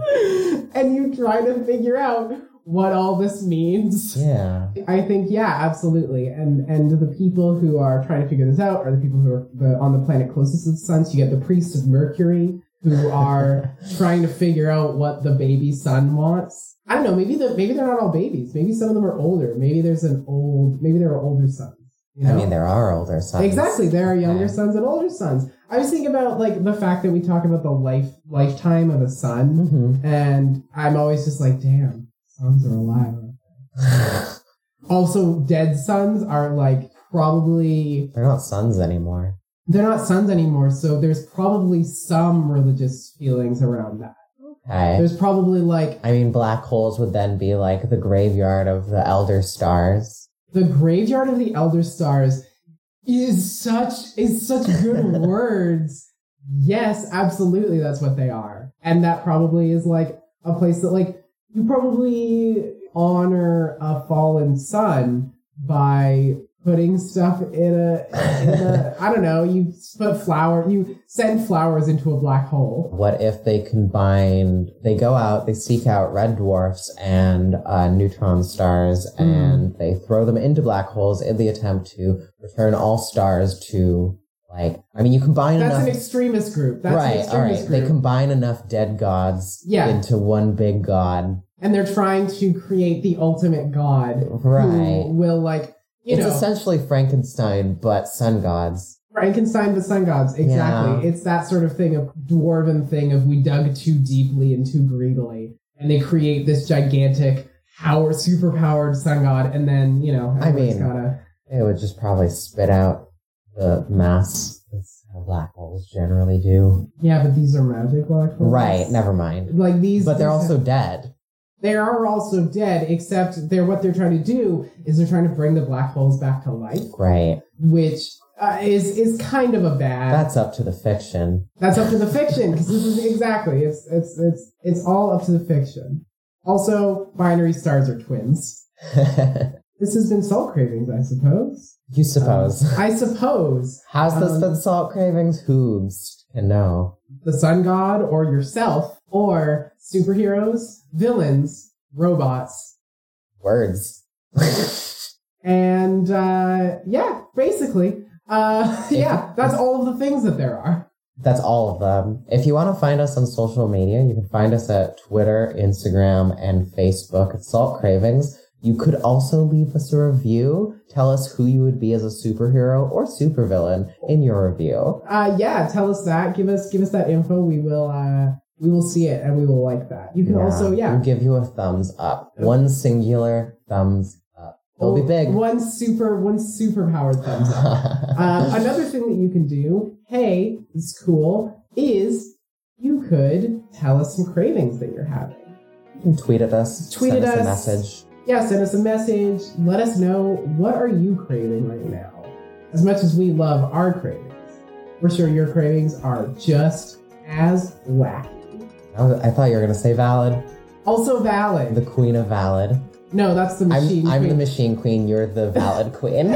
B: and you try to figure out what all this means.
A: Yeah.
B: I think yeah, absolutely. And and the people who are trying to figure this out are the people who are the, on the planet closest to the sun. So you get the priests of Mercury
A: *laughs*
B: who are trying to figure out what the baby sun wants. I don't know. Maybe the maybe they're not all babies. Maybe some of them are older. Maybe there's an old. Maybe there are older sons. You know?
A: I mean, there are older sons.
B: Exactly. There are younger
A: Okay.
B: sons and older sons. I was thinking about like the fact that we talk about the life lifetime of a son,
A: hmm
B: and I'm always just like, damn, sons are alive. Also, dead sons are like probably
A: They're not sons anymore.
B: they're not sons anymore, so there's probably some religious feelings around that.
A: Okay.
B: There's probably like
A: I mean, black holes would then be like the graveyard of the elder stars.
B: the graveyard of the elder stars is such is such
A: *laughs*
B: good words. Yes, absolutely that's what they are. And that probably is like a place that like you probably honor a fallen son by putting stuff in a, in
A: *laughs*
B: a I don't know, you put flower you send flowers into a black hole.
A: What if they combined, they go out, they seek out red dwarfs and uh, neutron stars,
B: Hmm.
A: and they throw them into black holes in the attempt to return all stars to, like, I mean, you combine
B: That's an
A: enough.
B: extremist group. That's an
A: right, all
B: extremist
A: right.
B: group.
A: They combine enough dead gods
B: Yeah.
A: into one big god.
B: and they're trying to create the ultimate god who
A: Right.
B: will like Hmm. you
A: it's
B: know
A: essentially Frankenstein, but sun gods.
B: Frankenstein the sun gods exactly it's that sort of thing of dwarven thing of we dug too deeply and too greedily and they create this gigantic power superpowered sun god and then you know
A: I
B: everyone's
A: mean-
B: gotta,
A: It would just probably spit out the mass. That's how black holes generally do.
B: yeah but these are magic black holes
A: Right, never mind.
B: like these
A: But they're
B: these-
A: also dead.
B: they are also dead except they're what they're trying to do is they're trying to bring the black holes back to life
A: Right.
B: which uh, is is kind of a bad
A: That's up to the fiction. *laughs*
B: That's up to the fiction. 'cause this is exactly it's it's it's it's all up to the fiction. Also, binary stars are twins. This has been salt cravings, I suppose. Um,
A: you suppose.
B: I suppose
A: How's this
B: um,
A: been salt cravings? Who's can know?
B: the sun god or yourself or superheroes, villains, robots,
A: Words.
B: and uh, yeah, basically, uh, *laughs* yeah, that's all of the things that there are.
A: That's all of them. If you want to find us on social media, you can find us at Twitter, Instagram, and Facebook at Salt Cravings. You could also leave us a review. Tell us who you would be as a superhero or supervillain in your review.
B: Uh, yeah, tell us that. Give us give us that info. We will uh, we will see it and we will like that. You can also yeah.
A: We'll give you a thumbs up. One singular thumbs up. It'll be big.
B: Oh, One super, one super powered thumbs
A: *laughs*
B: up. um, another thing that you can do, hey, it's cool, is you could tell us some cravings that you're having.
A: You can tweet at us.
B: Tweet
A: send us
B: at
A: a
B: us.
A: message.
B: yeah, send us a message. Let us know what are you craving right now. As much as we love our cravings, we're sure your cravings are just as wacky.
A: I, was- I thought you were gonna say valid.
B: Also valid.
A: The queen of valid.
B: no, that's the
A: I'm
B: machine.
A: I'm the
B: queen.
A: machine queen. You're the valid queen.